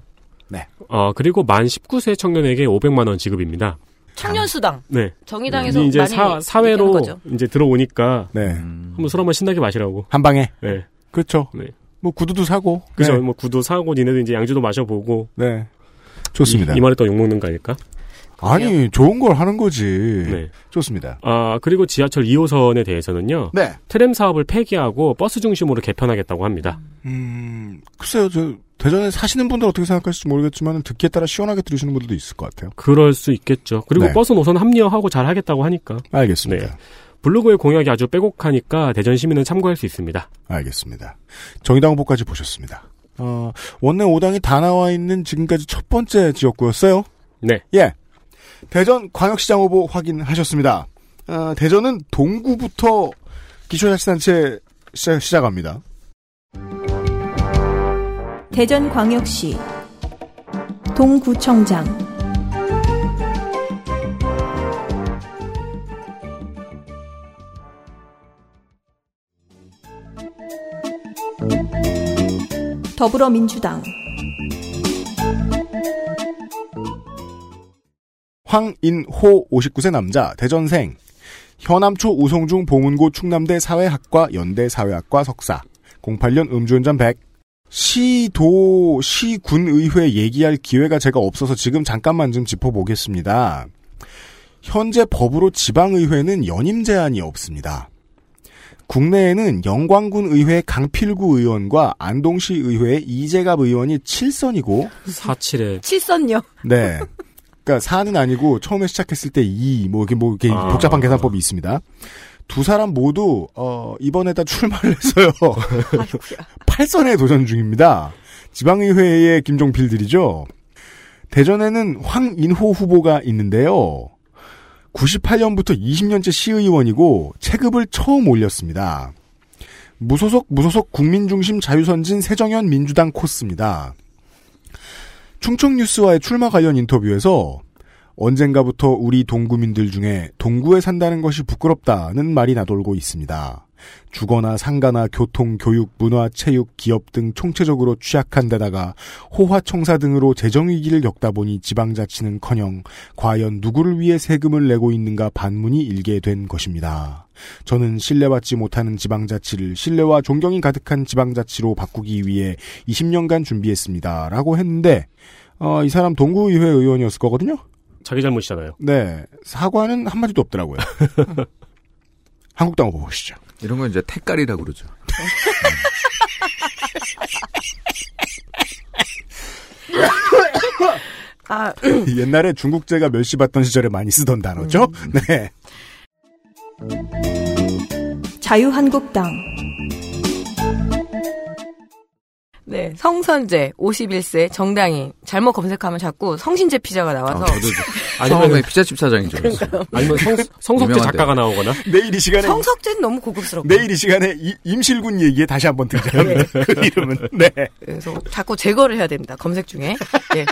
Speaker 6: 어, 그리고 만 19세 청년에게 500만 원 지급입니다.
Speaker 4: 청년 수당.
Speaker 6: 네.
Speaker 4: 정의당에서
Speaker 6: 이제
Speaker 4: 많이
Speaker 6: 사, 사회로
Speaker 4: 얘기하는 거죠.
Speaker 6: 이제 들어오니까
Speaker 2: 네.
Speaker 6: 한번 술 한번 신나게 마시라고.
Speaker 2: 한 방에.
Speaker 6: 네.
Speaker 2: 그렇죠.
Speaker 6: 음. 네.
Speaker 2: 뭐 구두도 사고.
Speaker 6: 그죠?
Speaker 2: 네.
Speaker 6: 뭐 구도 사고 니네도 이제 양주도 마셔보고.
Speaker 2: 네. 좋습니다.
Speaker 6: 이, 이 말에 또 욕먹는 거 아닐까?
Speaker 2: 아니 좋은 걸 하는 거지.
Speaker 6: 네.
Speaker 2: 좋습니다.
Speaker 6: 아, 그리고 지하철 2호선에 대해서는요.
Speaker 2: 네.
Speaker 6: 트램 사업을 폐기하고 버스 중심으로 개편하겠다고 합니다.
Speaker 2: 음, 글쎄요, 저, 대전에 사시는 분들 어떻게 생각하실지 모르겠지만, 듣기에 따라 시원하게 들으시는 분들도 있을 것 같아요.
Speaker 6: 그럴 수 있겠죠. 그리고
Speaker 2: 네.
Speaker 6: 버스 노선 합리화하고 잘 하겠다고 하니까.
Speaker 2: 알겠습니다.
Speaker 6: 블로그의 공약이 아주 빼곡하니까 대전 시민은 참고할 수 있습니다.
Speaker 2: 알겠습니다. 정의당 후보까지 보셨습니다. 어, 원내 5당이 다 나와 있는 지금까지 첫 번째 지역구였어요.
Speaker 6: 네.
Speaker 2: 예. 대전 광역시장 후보 확인하셨습니다. 아, 대전은 동구부터 기초자치단체 시작, 시작합니다.
Speaker 3: 대전광역시 동구청장 더불어민주당
Speaker 2: 황인호 59세 남자 대전생 현암초 우성중 봉은고 충남대 사회학과 연대 사회학과 석사 08년 음주운전 100 시도 시군의회 얘기할 기회가 제가 없어서 지금 잠깐만 좀 짚어보겠습니다. 현재 법으로 지방의회는 연임 제한이 없습니다. 국내에는 영광군 의회 강필구 의원과 안동시 의회 이재갑 의원이 7선이고
Speaker 6: 47에
Speaker 4: 칠선요.
Speaker 2: 네. 그러니까 사는 아니고 처음에 시작했을 때 이 뭐 이게 뭐 이게
Speaker 6: 아.
Speaker 2: 복잡한 계산법이 있습니다. 두 사람 모두 어 이번에다 출마를 해서요.
Speaker 4: 아이고야.
Speaker 2: 8선에 도전 중입니다. 지방의회의 김종필들이죠. 대전에는 황인호 후보가 있는데요. 98년부터 20년째 시의원이고 체급을 처음 올렸습니다. 무소속 무소속 국민중심 자유선진 새정연 민주당 코스입니다. 충청뉴스와의 출마 관련 인터뷰에서 언젠가부터 우리 동구민들 중에 동구에 산다는 것이 부끄럽다는 말이 나돌고 있습니다. 주거나 상가나 교통, 교육, 문화, 체육, 기업 등 총체적으로 취약한 데다가 호화청사 등으로 재정위기를 겪다 보니 지방자치는커녕 과연 누구를 위해 세금을 내고 있는가 반문이 일게 된 것입니다. 저는 신뢰받지 못하는 지방자치를 신뢰와 존경이 가득한 지방자치로 바꾸기 위해 20년간 준비했습니다. 라고 했는데 어, 이 사람 동구의회 의원이었을 거거든요.
Speaker 6: 자기 잘못이잖아요.
Speaker 2: 네. 사과는 한마디도 없더라고요. 한국당 후보 보시죠.
Speaker 5: 이런 건 이제 택깔이라고 그러죠.
Speaker 4: 아,
Speaker 2: 옛날에 중국제가 멸시 받던 시절에 많이 쓰던 단어죠.
Speaker 4: 음.
Speaker 2: 네.
Speaker 3: 자유한국당
Speaker 4: 네. 성선제 51세 정당인 잘못 검색하면 자꾸 성신제 피자가 나와서
Speaker 5: 아, 저도 처음에 피자집 사장인 줄 알았어요.
Speaker 6: 아니면 성, 성석재
Speaker 5: 유명한데요.
Speaker 6: 작가가 나오거나
Speaker 2: 내일 이 시간에
Speaker 4: 성석제는 너무 고급스럽고
Speaker 2: 내일 이 시간에 이- 임실군 얘기에 다시 한번 등장합니다. 그 이름은 네.
Speaker 4: 그래서 자꾸 제거를 해야 됩니다. 검색 중에. 예.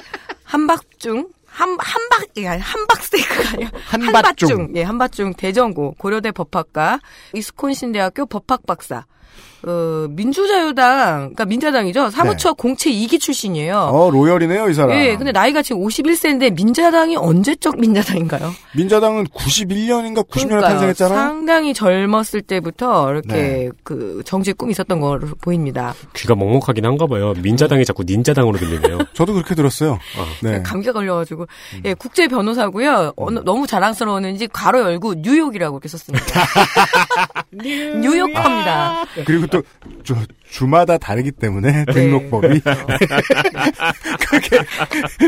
Speaker 4: 한박중 한 한박 이 아니 한박 스테이크가 아니야.
Speaker 2: 어, 한밭중.
Speaker 4: 예, 한밭중 대전고 고려대 법학과 이스콘신 대학교 법학 박사. 어, 민주자유당 그러니까 민자당이죠. 사무처 공채 2기 출신이에요.
Speaker 2: 네. 어 로열이네요 이 사람.
Speaker 4: 예, 근데 나이가 지금 51세인데 민자당이 언제적 민자당인가요?
Speaker 2: 민자당은 91년인가 90년에
Speaker 4: 그러니까요.
Speaker 2: 탄생했잖아요.
Speaker 4: 상당히 젊었을 때부터 이렇게
Speaker 2: 네.
Speaker 4: 그 정치 꿈이 있었던 걸로 보입니다.
Speaker 6: 귀가 먹먹하긴 한가 봐요. 민자당이 자꾸 닌자당으로 들리네요.
Speaker 2: 저도 그렇게 들었어요. 네. 음.
Speaker 4: 감기가 걸려가지고 예 국제 변호사고요 어느- 너무 자랑스러웠는지 괄호 열고 뉴욕이라고 이렇게 썼습니다 뉴욕커입니다
Speaker 2: 그리고 또 저, 주마다 다르기 때문에
Speaker 4: 네.
Speaker 2: 등록법이 그렇게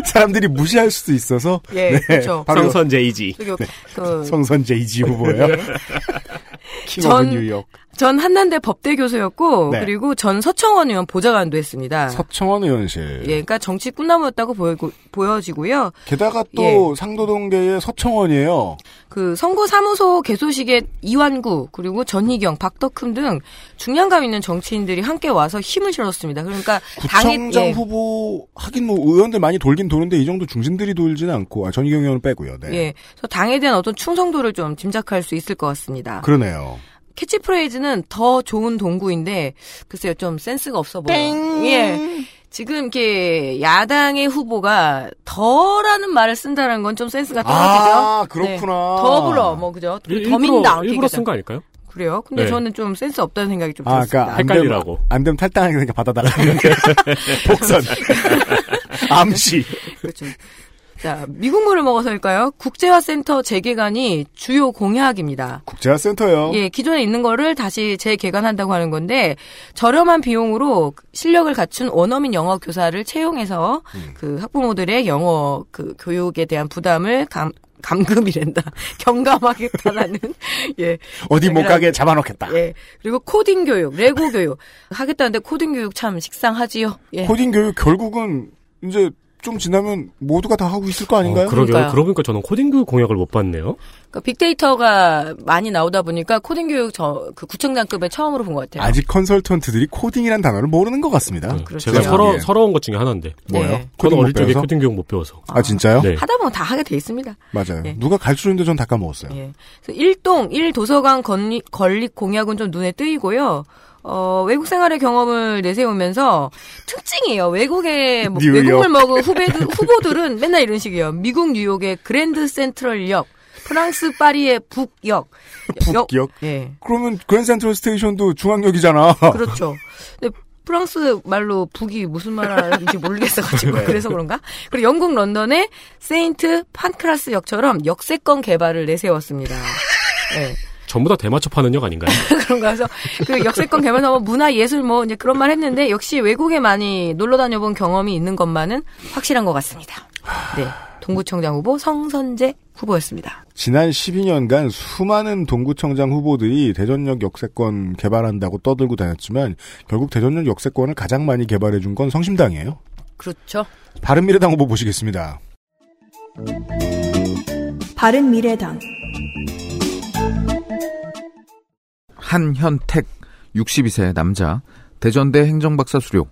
Speaker 2: 사람들이 무시할 수도 있어서
Speaker 4: 예 그렇죠
Speaker 2: 네. 바로
Speaker 6: 성선제이지.
Speaker 4: 저기
Speaker 2: 네.
Speaker 4: 그,
Speaker 2: 성선제 이지 후보예요. 킹 오브
Speaker 4: 네. 전-
Speaker 2: 뉴욕.
Speaker 4: 전 한남대 법대 교수였고
Speaker 2: 네.
Speaker 4: 그리고 전 서청원 의원 보좌관도 했습니다
Speaker 2: 서청원 의원실.
Speaker 4: 예 그러니까 정치 꿈나무였다고 보이고, 보여지고요
Speaker 2: 게다가 또
Speaker 4: 예.
Speaker 2: 상도동계의 서청원이에요.
Speaker 4: 그 선거사무소 개소식에 이완구 그리고 전희경 박덕흠 등 중량감 있는 정치인들이 함께 와서 힘을 실었습니다 그러니까 당이
Speaker 2: 구청장 후보 하긴 뭐 의원들 많이 돌긴 도는데 이 정도 중진들이 돌진 않고 아, 전희경 의원은 빼고요. 네.
Speaker 4: 예, 그래서 당에 대한 어떤 충성도를 좀 짐작할 수 있을 것 같습니다.
Speaker 2: 그러네요.
Speaker 4: 캐치프레이즈는 더 좋은 동구인데 글쎄요 좀 센스가 없어 보여. 요 예. 지금 이렇게 야당의 후보가 더라는 말을 쓴다는 건 좀 센스가 떨어지죠.
Speaker 2: 아 그렇구나.
Speaker 4: 네. 더불어 뭐 그죠?
Speaker 6: 일부러,
Speaker 4: 더민당
Speaker 6: 일부러 쓴 거 아닐까요?
Speaker 4: 그래요. 근데
Speaker 6: 네.
Speaker 4: 저는 좀 센스 없다는 생각이 좀
Speaker 2: 아,
Speaker 4: 들었습니다. 예.
Speaker 2: 그러니까 안 되면-
Speaker 6: 헷갈리라고.
Speaker 2: 안 되면 탈당하니까 받아달라는 게 복선 암시
Speaker 4: 그렇죠. 자, 미국물을 먹어서일까요? 국제화센터 재개관이 주요 공약입니다.
Speaker 2: 국제화 센터요.
Speaker 4: 예, 기존에 있는 거를 다시 재개관한다고 하는 건데 저렴한 비용으로 실력을 갖춘 원어민 영어 교사를 채용해서 그 학부모들의 영어 그 교육에 대한 부담을 감, 감금이란다. 경감하겠다라는 예.
Speaker 2: 어디 못 가게 잡아놓겠다.
Speaker 4: 예. 그리고 코딩 교육, 레고 교육 하겠다는데 코딩 교육 참 식상하지요. 예.
Speaker 2: 코딩 교육 결국은 이제 좀 지나면 모두가 다 하고 있을 거 아닌가요?
Speaker 6: 어, 그러게요.
Speaker 4: 그러니까요.
Speaker 6: 그러고 보니까 저는 코딩 교육 공약을 못 봤네요.
Speaker 4: 그러니까 빅데이터가 많이 나오다 보니까 코딩 교육 저 그 구청장급에 처음으로 본 것 같아요.
Speaker 2: 아직 컨설턴트들이 코딩이란 단어를 모르는 것 같습니다.
Speaker 6: 네,
Speaker 4: 그렇죠.
Speaker 6: 제가 서러,
Speaker 5: 예.
Speaker 6: 서러운 것 중에 하나인데.
Speaker 4: 네.
Speaker 2: 뭐예요?
Speaker 6: 저도
Speaker 2: 코딩 못
Speaker 6: 어릴 적에
Speaker 2: 배워서?
Speaker 6: 코딩 교육 못 배워서.
Speaker 2: 아 진짜요?
Speaker 6: 네.
Speaker 4: 하다 보면 다 하게 돼 있습니다.
Speaker 2: 맞아요.
Speaker 4: 예.
Speaker 2: 누가 가르쳐줬는데 전 다 까먹었어요.
Speaker 4: 예. 그래서 1동 1도서관 건립, 건립 공약은 좀 눈에 뜨이고요. 어, 외국 생활의 경험을 내세우면서 특징이에요. 외국에 뭐
Speaker 2: 뉴욕.
Speaker 4: 외국을 먹은 후배들 후보들은 맨날 이런 식이에요. 미국 뉴욕의 그랜드 센트럴역, 프랑스 파리의 북역. 역-
Speaker 2: 북기역?
Speaker 4: 예.
Speaker 2: 그러면 그랜 센트럴 스테이션도 중앙역이잖아.
Speaker 4: 그렇죠. 근데 프랑스 말로 북이 무슨 말 하는지 모르겠어가지고
Speaker 2: 네.
Speaker 4: 그래서 그런가? 그리고 영국 런던의 세인트 판크라스 역처럼 역세권 개발을 내세웠습니다. 예.
Speaker 6: 전부 다 대마초 파는 역 아닌가요?
Speaker 4: 그런가 해서 그 역세권 개발사 뭐 문화 예술 뭐 이제 그런 말 했는데 역시 외국에 많이 놀러 다녀본 경험이 있는 것만은 확실한 것 같습니다. 네. 동구청장 후보 성선재 후보였습니다.
Speaker 2: 지난 12년간 수많은 동구청장 후보들이 대전역 역세권 개발한다고 떠들고 다녔지만 결국 대전역 역세권을 가장 많이 개발해준 건 성심당이에요.
Speaker 4: 그렇죠.
Speaker 2: 바른미래당 후보 보시겠습니다.
Speaker 3: 바른미래당
Speaker 5: 한현택 62세 남자 대전대 행정박사 수료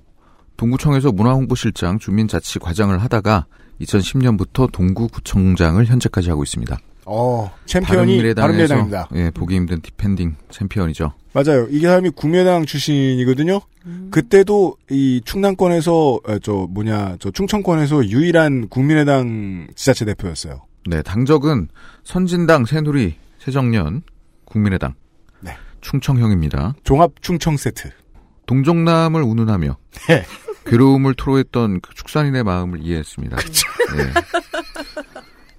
Speaker 5: 동구청에서 문화홍보실장 주민자치과장을 하다가 2010년부터 동구구청장을 현재까지 하고 있습니다.
Speaker 2: 어, 챔피언이 바른미래당입니다.
Speaker 5: 예, 보기 힘든 디펜딩 챔피언이죠.
Speaker 2: 맞아요. 이 사람이 국민의당 출신이거든요.
Speaker 5: 음.
Speaker 2: 그때도 이 충남권에서 어, 저 뭐냐 저 충청권에서 유일한 국민의당 지자체 대표였어요.
Speaker 5: 네, 당적은 선진당, 새누리, 새정년, 국민의당,
Speaker 2: 네.
Speaker 5: 충청형입니다.
Speaker 2: 종합 충청 세트.
Speaker 5: 동정남을 운운하며
Speaker 2: 네.
Speaker 5: 괴로움을 토로했던 그 축산인의 마음을 이해했습니다. 예.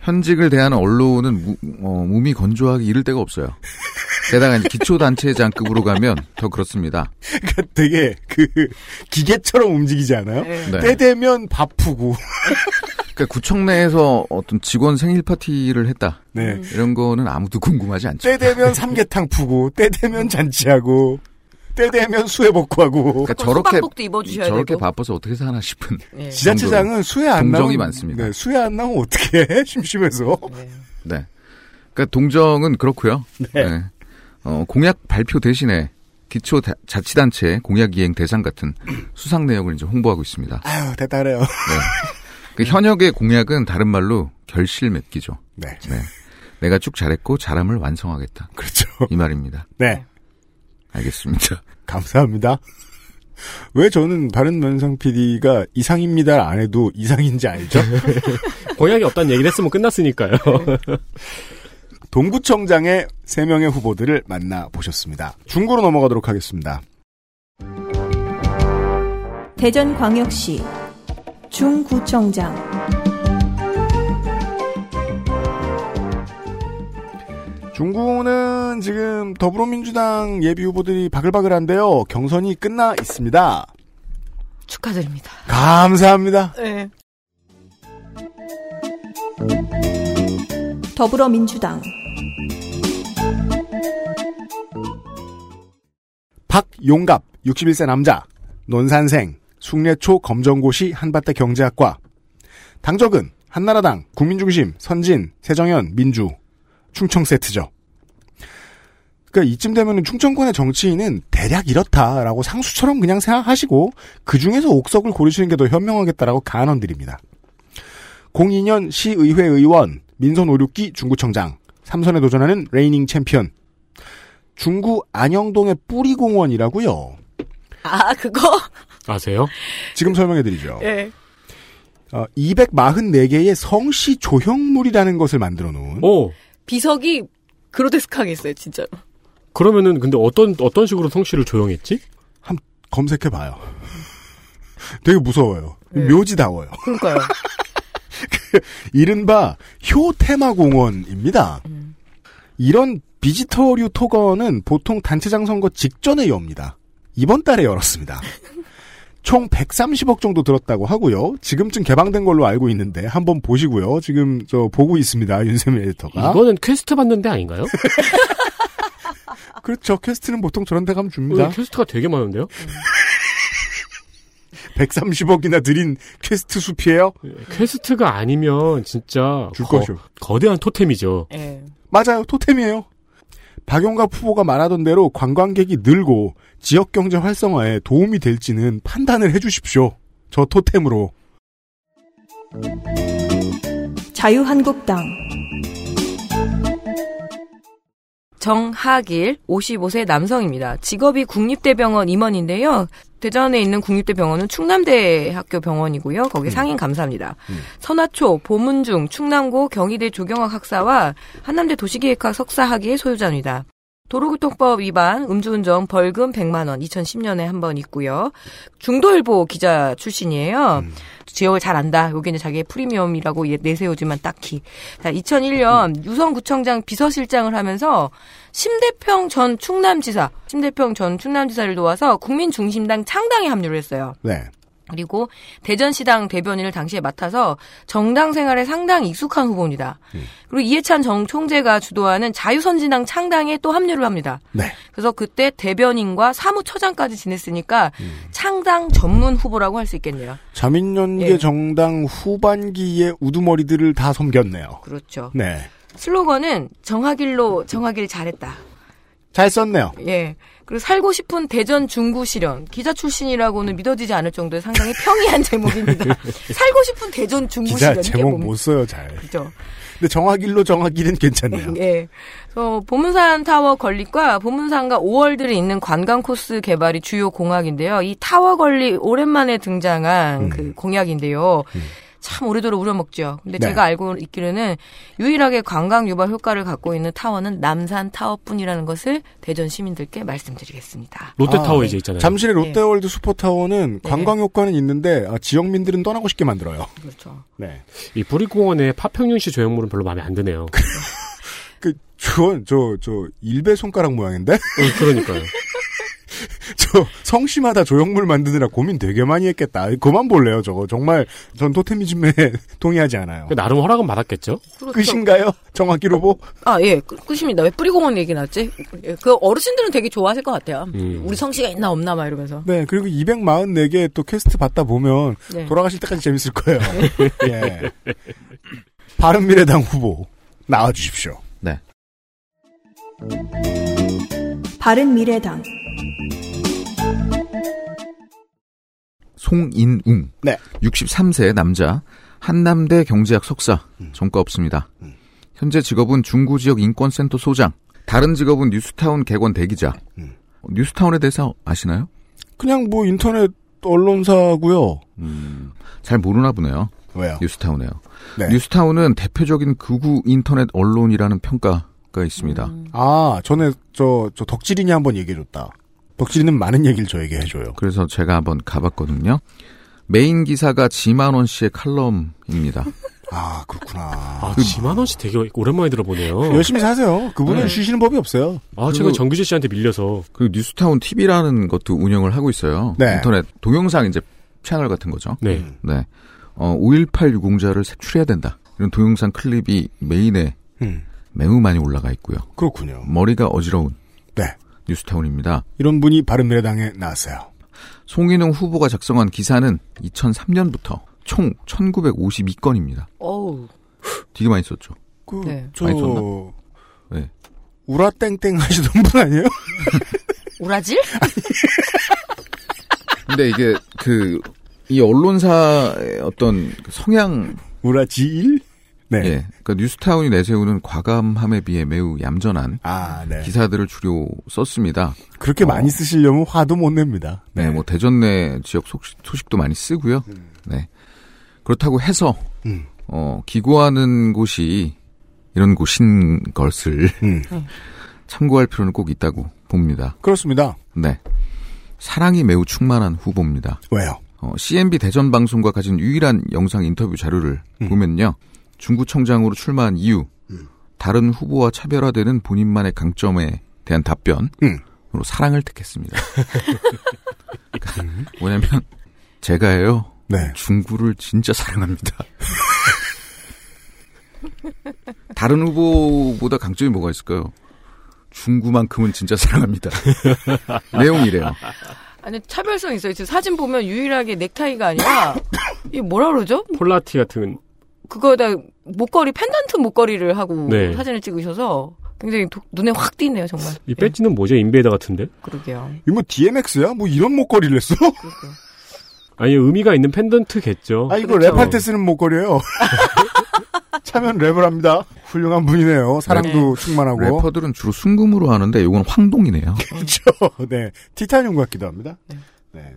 Speaker 5: 현직을 대하는 언론은 무- 어, 몸이 건조하기 이를 데가 없어요. 게다가 이제 기초단체장급으로 가면 더 그렇습니다.
Speaker 2: 그러니까 되게 그 기계처럼 움직이지 않아요?
Speaker 5: 네.
Speaker 2: 때 되면 바쁘고.
Speaker 5: 그러니까 구청 내에서 어떤 직원 생일 파티를 했다
Speaker 2: 네.
Speaker 5: 이런 거는 아무도 궁금하지 않죠.
Speaker 2: 때 되면 삼계탕 푸고, 때 되면 잔치하고, 때 되면 수해 복구하고.
Speaker 5: 그러니까
Speaker 4: 그럼
Speaker 5: 저렇게
Speaker 4: 수박복도 입어주셔야
Speaker 5: 저렇게
Speaker 4: 되고.
Speaker 5: 바빠서 어떻게 사나 싶은
Speaker 4: 예.
Speaker 2: 지자체장은 수해 안 나면
Speaker 5: 동정이 많습니다.
Speaker 2: 네, 수해 안 나면 어떻게 해? 심심해서.
Speaker 5: 네. 그러니까 동정은 그렇고요. 네. 어, 공약 발표 대신에 기초 다- 자치단체 공약 이행 대상 같은 수상 내역을 이제 홍보하고 있습니다.
Speaker 2: 아유, 대단해요.
Speaker 4: 네.
Speaker 5: 그 현역의 공약은 다른 말로 결실 맺기죠.
Speaker 2: 네.
Speaker 5: 네. 내가 쭉 잘했고 잘함을 완성하겠다.
Speaker 2: 그렇죠.
Speaker 5: 이 말입니다.
Speaker 2: 네.
Speaker 5: 알겠습니다.
Speaker 2: 감사합니다. 왜 저는 바른 면상 PD가 이상입니다 안 해도 이상인지 알죠?
Speaker 6: 공약이 없다는 얘기를 했으면 끝났으니까요.
Speaker 2: 동구청장의 세명의 후보들을 만나보셨습니다. 중구로 넘어가도록 하겠습니다.
Speaker 3: 대전광역시 중구청장
Speaker 2: 중구는 지금 더불어민주당 예비 후보들이 바글바글한데요. 경선이 끝나 있습니다.
Speaker 4: 축하드립니다.
Speaker 2: 감사합니다.
Speaker 4: 예.
Speaker 3: 더불어민주당
Speaker 2: 박용갑 61세 남자 논산생 숙례초 검정고시 한밭대 경제학과 당적은 한나라당 국민중심 선진 새정연 민주 충청 세트죠. 그러니까 이쯤 되면은 충청권의 정치인은 대략 이렇다라고 상수처럼 그냥 생각하시고 그 중에서 옥석을 고르시는 게 더 현명하겠다라고 간언드립니다. 02년 시의회 의원 민선 5,6기 중구청장 삼선에 도전하는 레이닝 챔피언 중구 안영동의 뿌리공원이라고요.
Speaker 4: 아, 그거?
Speaker 6: 아세요?
Speaker 2: 지금 설명해드리죠.
Speaker 4: 예.
Speaker 2: 어, 244개의 성씨 조형물이라는 것을 만들어 놓은
Speaker 6: 오.
Speaker 4: 비석이 그로데스크하게 있어요, 진짜로.
Speaker 6: 그러면은 근데 어떤 어떤 식으로 성씨를 조용했지?
Speaker 2: 검색해봐요. 되게 무서워요. 묘지다워요.
Speaker 4: 그러니까요.
Speaker 2: 이른바 효테마공원입니다.
Speaker 6: 음.
Speaker 2: 이런 비지터류 토건은 보통 단체장 선거 직전에 엽니다. 이번 달에 열었습니다. 총 130억 정도 들었다고 하고요. 지금쯤 개방된 걸로 알고 있는데 한번 보시고요. 지금 저 보고 있습니다. 윤세미 에디터가.
Speaker 6: 이거는 퀘스트 받는 데 아닌가요?
Speaker 2: 그렇죠. 퀘스트는 보통 저런 데 가면
Speaker 6: 오늘
Speaker 2: 줍니다.
Speaker 6: 퀘스트가 되게 많은데요?
Speaker 2: 130억이나 드린 퀘스트 숲이에요.
Speaker 6: 퀘스트가 아니면 진짜
Speaker 2: 줄
Speaker 6: 거-
Speaker 2: 것이오.
Speaker 6: 거대한 토템이죠.
Speaker 4: 예.
Speaker 2: 맞아요. 토템이에요. 박용갑 후보가 말하던 대로 관광객이 늘고 지역 경제 활성화에 도움이 될지는 판단을 해주십시오. 저 토템으로.
Speaker 3: 자유한국당
Speaker 4: 정하길 55세 남성입니다. 직업이 국립대병원 임원인데요. 대전에 있는 국립대병원은 충남대 학교 병원이고요. 거기 상인 감사입니다. 선화초, 보문중, 충남고, 경희대 조경학 학사와 한남대 도시기획학 석사학위의 소유자입니다. 도로교통법 위반, 음주운전 벌금 100만 원, 2010년에 한 번 있고요. 중도일보 기자 출신이에요. 지역을 잘 안다. 요게 이제 자기의 프리미엄이라고 예- 내세우지만 딱히. 자, 2001년 유성구청장 비서실장을 하면서 심대평 전 충남지사, 심대평 전 충남지사를 도와서 국민중심당 창당에 합류를 했어요.
Speaker 2: 네.
Speaker 4: 그리고 대전시당 대변인을 당시에 맡아서 정당 생활에 상당히 익숙한 후보입니다. 그리고 이해찬 정 총재가 주도하는 자유선진당 창당에 또 합류를 합니다.
Speaker 2: 네.
Speaker 4: 그래서 그때 대변인과 사무처장까지 지냈으니까 창당 전문 후보라고 할 수 있겠네요.
Speaker 2: 자민연계
Speaker 4: 예.
Speaker 2: 정당 후반기의 우두머리들을 다 섬겼네요.
Speaker 4: 그렇죠.
Speaker 2: 네.
Speaker 4: 슬로건은 정하길로 정하길 잘했다.
Speaker 2: 잘 썼네요.
Speaker 4: 예. 그리고 살고 싶은 대전 중구 실현 기자 출신이라고는 믿어지지 않을 정도의 상당히 평이한 제목입니다. 살고 싶은 대전 중구
Speaker 2: 기자
Speaker 4: 실현 이게
Speaker 2: 제목 뭐-
Speaker 4: 뭡니까?
Speaker 2: 못 써요, 잘.
Speaker 4: 그죠.
Speaker 2: 근데 정하길로 정하길은 괜찮네요.
Speaker 4: 예. 그래서 보문산 타워 건립과 보문산과 오월들이 있는 관광 코스 개발이 주요 공약인데요. 이 타워 건립 오랜만에
Speaker 2: 음.
Speaker 4: 등장한 그 공약인데요. 참 오래도록 우려먹죠. 근데
Speaker 2: 네.
Speaker 4: 제가 알고 있기로는 유일하게 관광 유발 효과를 갖고 있는 타워는 남산 타워뿐이라는 것을 대전 시민들께 말씀드리겠습니다.
Speaker 6: 롯데타워
Speaker 2: 아,
Speaker 6: 이제
Speaker 4: 예.
Speaker 6: 있잖아요.
Speaker 2: 잠실의 롯데월드 슈퍼타워는 관광 효과는 있는데 아, 지역민들은 떠나고 싶게 만들어요.
Speaker 4: 그렇죠.
Speaker 2: 네.
Speaker 6: 이 부리공원의 파평윤 씨 조형물은 별로 마음에 안 드네요.
Speaker 2: 그 저건 저저 일배 손가락 모양인데
Speaker 6: 어, 그러니까요.
Speaker 2: 저 성씨마다 조형물 만드느라 고민 되게 많이 했겠다. 그만 볼래요, 저거. 정말 전 토테미즘에 동의하지 않아요.
Speaker 6: 나름 허락은 받았겠죠?
Speaker 2: 끝인가요? 정확히로 보.
Speaker 4: 아, 예, 끝- 끝입니다. 왜 뿌리공원 얘기 나왔지? 예, 그 어르신들은 되게 좋아하실 것 같아요.
Speaker 6: 음.
Speaker 4: 우리 성씨가 있나 없나 막 이러면서.
Speaker 2: 네, 그리고 244개 또 퀘스트 받다 보면
Speaker 4: 네.
Speaker 2: 돌아가실 때까지 재밌을 거예요. 예. 바른미래당 후보 나와 주십시오.
Speaker 5: 네.
Speaker 3: 바른미래당
Speaker 5: 송인웅.
Speaker 2: 네.
Speaker 5: 63세 남자. 한남대 경제학 석사.
Speaker 2: 음.
Speaker 5: 전과 없습니다. 현재 직업은 중구 지역 인권센터 소장. 다른 직업은 뉴스타운 객원 대기자.
Speaker 2: 음.
Speaker 5: 어, 뉴스타운에 대해서 아시나요?
Speaker 2: 그냥 뭐 인터넷 언론사고요.
Speaker 5: 잘 모르나 보네요.
Speaker 2: 왜요?
Speaker 5: 뉴스타운에요.
Speaker 2: 아. 네.
Speaker 5: 뉴스타운은 대표적인 극우 인터넷 언론이라는 평가가 있습니다.
Speaker 2: 아, 전에 저, 저 덕질인이 한 번 얘기해줬다. 덕질인은 많은 얘기를 저에게 해줘요.
Speaker 5: 그래서 제가 한번 가봤거든요. 메인 기사가 지만원 씨의 칼럼입니다.
Speaker 2: 아, 그렇구나.
Speaker 6: 아, 지만원 씨 되게 오랜만에 들어보네요.
Speaker 2: 열심히 그 사세요. 그분은
Speaker 5: 네.
Speaker 2: 쉬시는 법이 없어요.
Speaker 6: 아, 제가 정규재 씨한테 밀려서.
Speaker 5: 그리고 뉴스타운 TV라는 것도 운영을 하고 있어요.
Speaker 2: 네.
Speaker 5: 인터넷 동영상 이제 채널 같은 거죠.
Speaker 6: 네.
Speaker 2: 음.
Speaker 5: 네. 어, 5.18 유공자를 색출해야 된다. 이런 동영상 클립이 메인에
Speaker 2: 음,
Speaker 5: 매우 많이 올라가 있고요.
Speaker 2: 그렇군요.
Speaker 5: 머리가 어지러운
Speaker 2: 네.
Speaker 5: 뉴스타운입니다.
Speaker 2: 이런 분이 바른미래당에 나왔어요.
Speaker 5: 송인웅 후보가 작성한 기사는 2003년부터 총 1952건입니다.
Speaker 4: 어우. 되게
Speaker 5: 되게 많이 썼죠.
Speaker 2: 그,
Speaker 4: 네.
Speaker 2: 저,
Speaker 5: 많이 썼나? 네.
Speaker 2: 우라땡땡 하시던 분 아니에요?
Speaker 4: 우라질?
Speaker 5: 근데 이게 그, 이 언론사의 어떤 성향,
Speaker 2: 우라지일? 네.
Speaker 5: 예. 그러니까 뉴스타운이 내세우는 과감함에 비해 매우 얌전한
Speaker 2: 아, 네.
Speaker 5: 기사들을 주로 썼습니다.
Speaker 2: 그렇게
Speaker 5: 어.
Speaker 2: 많이 쓰시려면 화도 못 냅니다.
Speaker 5: 네, 뭐 대전 내 지역 소식, 소식도 많이 쓰고요. 네. 그렇다고 해서
Speaker 2: 음.
Speaker 5: 어, 기고하는 곳이 이런 곳인 것을
Speaker 2: 음.
Speaker 5: 참고할 필요는 꼭 있다고 봅니다.
Speaker 2: 그렇습니다.
Speaker 5: 네. 사랑이 매우 충만한 후보입니다.
Speaker 2: 왜요?
Speaker 5: 어, CNB 대전 방송과 가진 유일한 영상 인터뷰 자료를
Speaker 2: 음.
Speaker 5: 보면요. 중구청장으로 출마한 이유, 다른 후보와 차별화되는 본인만의 강점에 대한 답변으로
Speaker 2: 음.
Speaker 5: 사랑을 택했습니다. 그러니까 뭐냐면 제가요.
Speaker 2: 네.
Speaker 5: 중구를 진짜 사랑합니다. 다른 후보보다 강점이 뭐가 있을까요? 중구만큼은 진짜 사랑합니다. 내용이래요.
Speaker 4: 아니 차별성 있어요. 지금 사진 보면 유일하게 넥타이가 아니라 이게 뭐라 그러죠?
Speaker 6: 폴라티 같은
Speaker 4: 그거에다 목걸이 펜던트 목걸이를 하고
Speaker 6: 네.
Speaker 4: 사진을 찍으셔서 굉장히 도- 눈에 확 띄네요 정말.
Speaker 6: 이
Speaker 4: 예,
Speaker 6: 배지는 뭐죠? 인베이더 같은데?
Speaker 4: 그러게요.
Speaker 2: 이거 뭐 DMX야? 뭐 이런 목걸이를 했어?
Speaker 4: 그러게요.
Speaker 6: 아니 의미가 있는 펜던트겠죠.
Speaker 2: 아 이거
Speaker 4: 그렇죠.
Speaker 2: 랩할 때 쓰는 목걸이에요. 차면 랩을 합니다. 훌륭한 분이네요. 사랑도 충만하고.
Speaker 5: 래퍼들은 주로 순금으로 하는데 이건 황동이네요.
Speaker 2: 그렇죠. 네. 티타늄 같기도 합니다.
Speaker 4: 네.
Speaker 2: 네.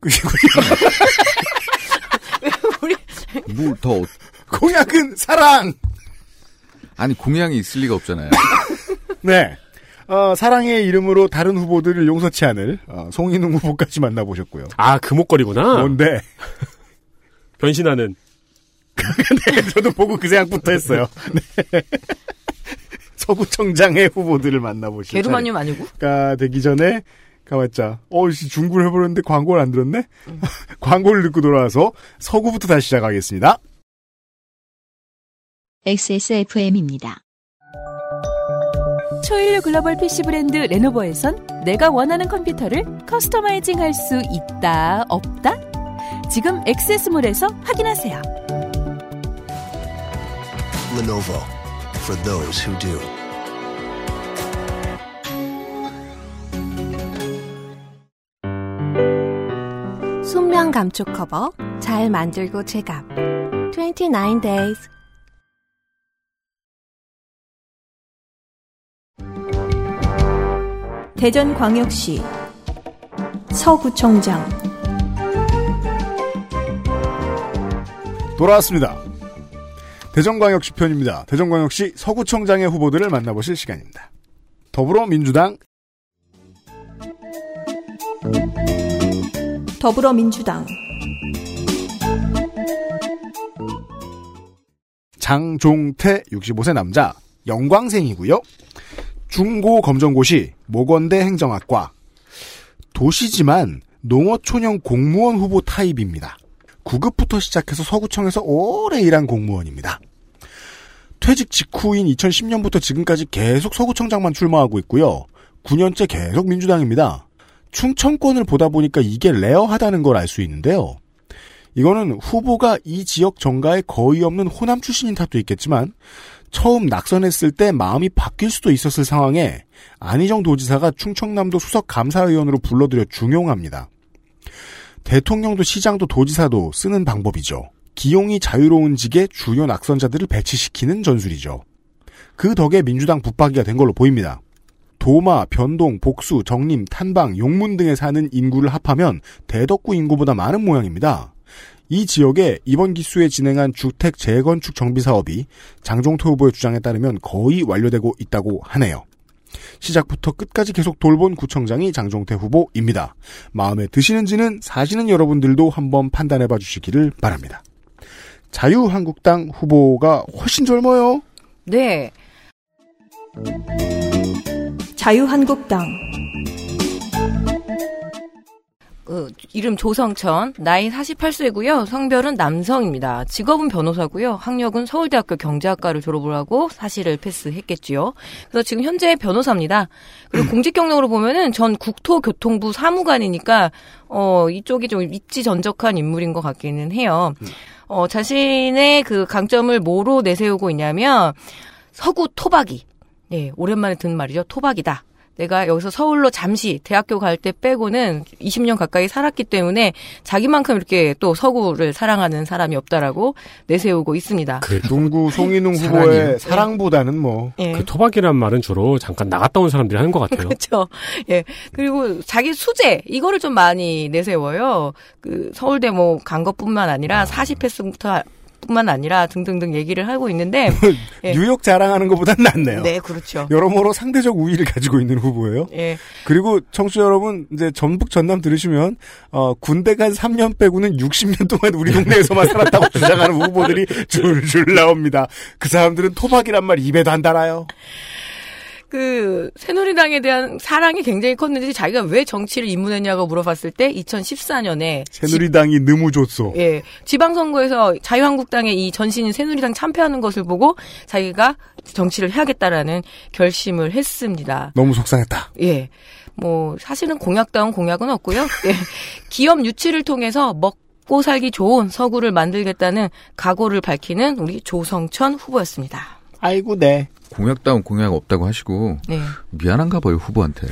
Speaker 2: 그리고
Speaker 4: 우리
Speaker 5: 뭘뭐 더 어,
Speaker 2: 공약은 사랑.
Speaker 5: 아니 공양이 있을 리가 없잖아요.
Speaker 2: 네. 어, 사랑의 이름으로 다른 후보들을 용서치 않을 어, 송인웅 후보까지 만나보셨고요.
Speaker 6: 아 그 목걸이구나.
Speaker 2: 뭔데?
Speaker 6: 변신하는
Speaker 2: 저도 보고 그 생각부터 했어요. 네. 서구청장의 후보들을 만나보시죠.
Speaker 4: 게르마늄 아니고?
Speaker 2: 가 되기 전에 가봤자 어씨 중구를 해버렸는데 광고를 안 들었네
Speaker 4: 음.
Speaker 2: 광고를 듣고 돌아와서 서구부터 다시 시작하겠습니다
Speaker 1: XSFM입니다.
Speaker 7: 초일류 글로벌 PC 브랜드 레노버에선 내가 원하는 컴퓨터를 커스터마이징 할 수 있다, 없다? 지금 액세스몰에서 확인하세요.
Speaker 8: Lenovo for those who do.
Speaker 9: 순면 감촉 커버 잘 만들고 제갑 29 days
Speaker 3: 대전광역시 서구청장
Speaker 2: 돌아왔습니다 대전광역시 편입니다 대전광역시 서구청장의 후보들을 만나보실 시간입니다 더불어민주당
Speaker 3: 더불어민주당
Speaker 2: 장종태 65세 남자 영광생이고요 중고 검정고시 모건대 행정학과 도시지만 농어초년 공무원 후보 타입입니다. 구급부터 시작해서 서구청에서 오래 일한 공무원입니다. 퇴직 직후인 2010년부터 지금까지 계속 서구청장만 출마하고 있고요. 9년째 계속 민주당입니다. 충청권을 보다 보니까 이게 레어하다는 걸 알 수 있는데요. 이거는 후보가 이 지역 정가에 거의 없는 호남 출신인 탓도 있겠지만 처음 낙선했을 때 마음이 바뀔 수도 있었을 상황에 안희정 도지사가 충청남도 수석 감사위원으로 불러들여 중용합니다. 대통령도 시장도 도지사도 쓰는 방법이죠. 기용이 자유로운 직에 주요 낙선자들을 배치시키는 전술이죠. 그 덕에 민주당 붙박이가 된 걸로 보입니다. 도마, 변동, 복수, 정림, 탄방, 용문 등에 사는 인구를 합하면 대덕구 인구보다 많은 모양입니다. 이 지역에 이번 기수에 진행한 주택 재건축 정비 사업이 장종태 후보의 주장에 따르면 거의 완료되고 있다고 하네요. 시작부터 끝까지 계속 돌본 구청장이 장종태 후보입니다. 마음에 드시는지는 사시는 여러분들도 한번 판단해 봐 주시기를 바랍니다. 자유한국당 후보가 훨씬 젊어요.
Speaker 4: 네.
Speaker 3: 자유한국당
Speaker 4: 그 이름 조성천, 나이 48세고요. 성별은 남성입니다. 직업은 변호사고요. 학력은 서울대학교 경제학과를 졸업을 하고 사실을 패스했겠지요. 그래서 지금 현재 변호사입니다. 그리고 공직 경력으로 보면은 전 국토교통부 사무관이니까 어 이쪽이 좀 입지전적한 인물인 것 같기는 해요. 어 자신의 그 강점을 뭐로 내세우고 있냐면 서구 토박이. 예, 오랜만에 듣는 말이죠. 토박이다. 내가 여기서 서울로 잠시 대학교 갈 때 빼고는 20년 가까이 살았기 때문에 자기만큼 이렇게 또 서구를 사랑하는 사람이 없다라고 내세우고 있습니다.
Speaker 2: 중구 송인웅
Speaker 5: 사랑이요? 네.
Speaker 2: 후보의 사랑보다는 뭐
Speaker 4: 예.
Speaker 6: 그 토박이란 말은 주로 잠깐 나갔다 온 사람들이 하는 것 같아요.
Speaker 4: 그렇죠. 예. 그리고 자기 수제 이거를 좀 많이 내세워요. 그 서울대 뭐 간 것뿐만 아니라 40패스부터 뿐만 아니라 등등등 얘기를 하고 있는데 예.
Speaker 2: 뉴욕 자랑하는 것보단 낫네요.
Speaker 4: 네, 그렇죠.
Speaker 2: 여러모로 상대적 우위를 가지고 있는 후보예요.
Speaker 4: 예.
Speaker 2: 그리고 청취자 여러분 이제 전북 전남 들으시면 어, 군대 간 3년 빼고는 60년 동안 우리 동네에서만 살았다고 주장하는 후보들이 줄줄 나옵니다. 그 사람들은 토박이란 말 입에도 안 달아요.
Speaker 4: 그 새누리당에 대한 사랑이 굉장히 컸는지 자기가 왜 정치를 입문했냐고 물어봤을 때 2014년에
Speaker 2: 새누리당이 너무 줬어.
Speaker 4: 예, 지방선거에서 자유한국당의 이 전신인 새누리당 참패하는 것을 보고 자기가 정치를 해야겠다라는 결심을 했습니다.
Speaker 2: 너무 속상했다.
Speaker 4: 예. 뭐 사실은 공약다운 공약은 없고요. 예. 기업 유치를 통해서 먹고 살기 좋은 서구를 만들겠다는 각오를 밝히는 우리 조성천 후보였습니다.
Speaker 2: 아이고 네.
Speaker 5: 공약다운 공약 없다고 하시고
Speaker 4: 네.
Speaker 5: 미안한가 봐요 후보한테.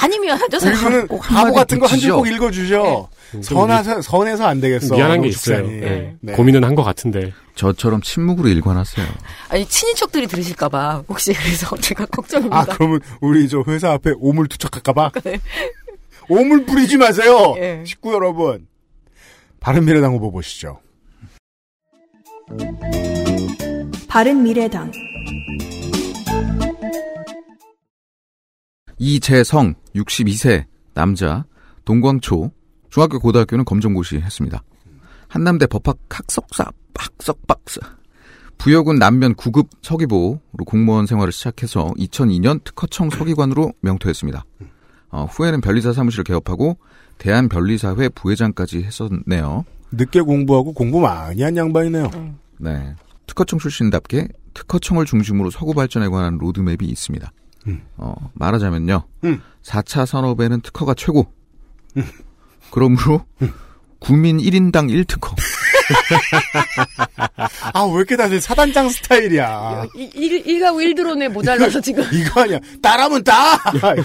Speaker 4: 많이 미안하죠, 사실.
Speaker 2: 우리는
Speaker 5: 꼭
Speaker 2: 바보
Speaker 5: 한마디
Speaker 2: 같은 거 한 줄
Speaker 5: 붙이죠. 네.
Speaker 2: 꼭 읽어주죠. 선하서, 선해서 안 되겠어.
Speaker 6: 음, 미안한
Speaker 2: 한국
Speaker 6: 게 있어요.
Speaker 2: 축산이.
Speaker 6: 예.
Speaker 2: 네.
Speaker 6: 고민은 한 것 같은데
Speaker 5: 저처럼 침묵으로 일관하세요.
Speaker 4: 아니 친인척들이 들으실까봐 혹시 그래서 제가 걱정입니다.
Speaker 2: 아 그러면 우리 저 회사 앞에 오물 투척할까봐.
Speaker 5: 네.
Speaker 2: 오물 뿌리지 마세요.
Speaker 4: 예.
Speaker 2: 식구 여러분. 바른미래당 후보 보시죠.
Speaker 3: 바른미래당
Speaker 5: 이재성 62세 남자 동광초 중학교 고등학교는 검정고시 했습니다. 한남대 법학 학석사 학석 박사 부여군 남면 9급 서기보로 공무원 생활을 시작해서 2002년 특허청 서기관으로 명퇴했습니다. 어, 후에는 변리사 사무실을 개업하고 대한변리사회 부회장까지 했었네요.
Speaker 2: 늦게 공부하고 공부 많이 한 양반이네요.
Speaker 5: 네. 특허청 출신답게 특허청을 중심으로 서구 발전에 관한 로드맵이 있습니다. 어, 말하자면요.
Speaker 2: 음.
Speaker 5: 4차 산업에는 특허가 최고. 음. 그러므로 국민 1인당 1특허.
Speaker 2: 아 왜 이렇게 다들 사단장 스타일이야.
Speaker 4: 일, 일가구 일드론에 모자라서 지금
Speaker 2: 이거 아니야. 따라면 따.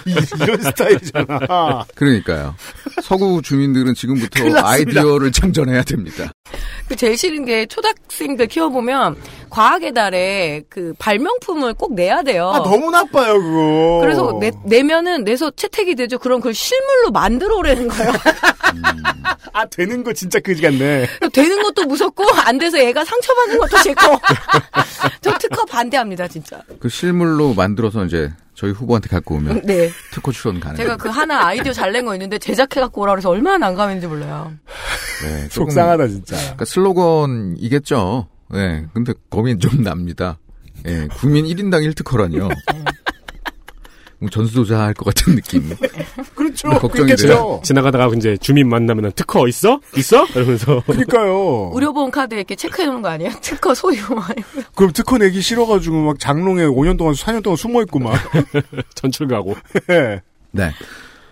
Speaker 2: 이- 이런 스타일이잖아.
Speaker 5: 그러니까요. 서구 주민들은 지금부터
Speaker 2: 큰일 났습니다.
Speaker 5: 아이디어를 창전해야 됩니다.
Speaker 4: 그 제일 싫은 게 초등학생들 키워보면 과학의 달에 그 발명품을 꼭 내야 돼요.
Speaker 2: 아 너무 나빠요 그거.
Speaker 4: 그래서 뭐 내, 내면은 내서 채택이 되죠. 그럼 그걸 실물로 만들어 오라는 거예요.
Speaker 2: 아 되는 거 진짜 그지 같네.
Speaker 4: 되는 것도 무섭고 안 돼서 애가 상처받는 것도 싫고. 저 특허 반대합니다, 진짜.
Speaker 5: 그 실물로 만들어서 이제 저희 후보한테 갖고 오면
Speaker 4: 네.
Speaker 5: 특허 출원 가능.
Speaker 4: 제가 그 하나 아이디어 잘 낸 거 있는데 제작해 갖고 오라 그래서 얼마나 난감했는지 몰라요.
Speaker 5: 네, 조금
Speaker 2: 속상하다 진짜.
Speaker 5: 그러니까 슬로건이겠죠. 예. 근데 고민 좀 납니다. 예. 국민 1인당 1특허라니요. 뭐 전수조사 할 것 같은 느낌.
Speaker 2: 그렇죠.
Speaker 5: 걱정이
Speaker 2: 그렇겠죠.
Speaker 5: 돼요.
Speaker 6: 지나가다가 이제 주민 만나면 특허 있어? 있어? 이러면서
Speaker 2: 그러니까요.
Speaker 4: 의료보험 카드에 이렇게 체크해 놓은 거 아니에요? 특허 소유.
Speaker 2: 그럼 특허 내기 싫어가지고 막 장롱에 5년 동안 4년 동안 숨어 있고 막.
Speaker 6: 전출가고
Speaker 2: 예.
Speaker 5: 네.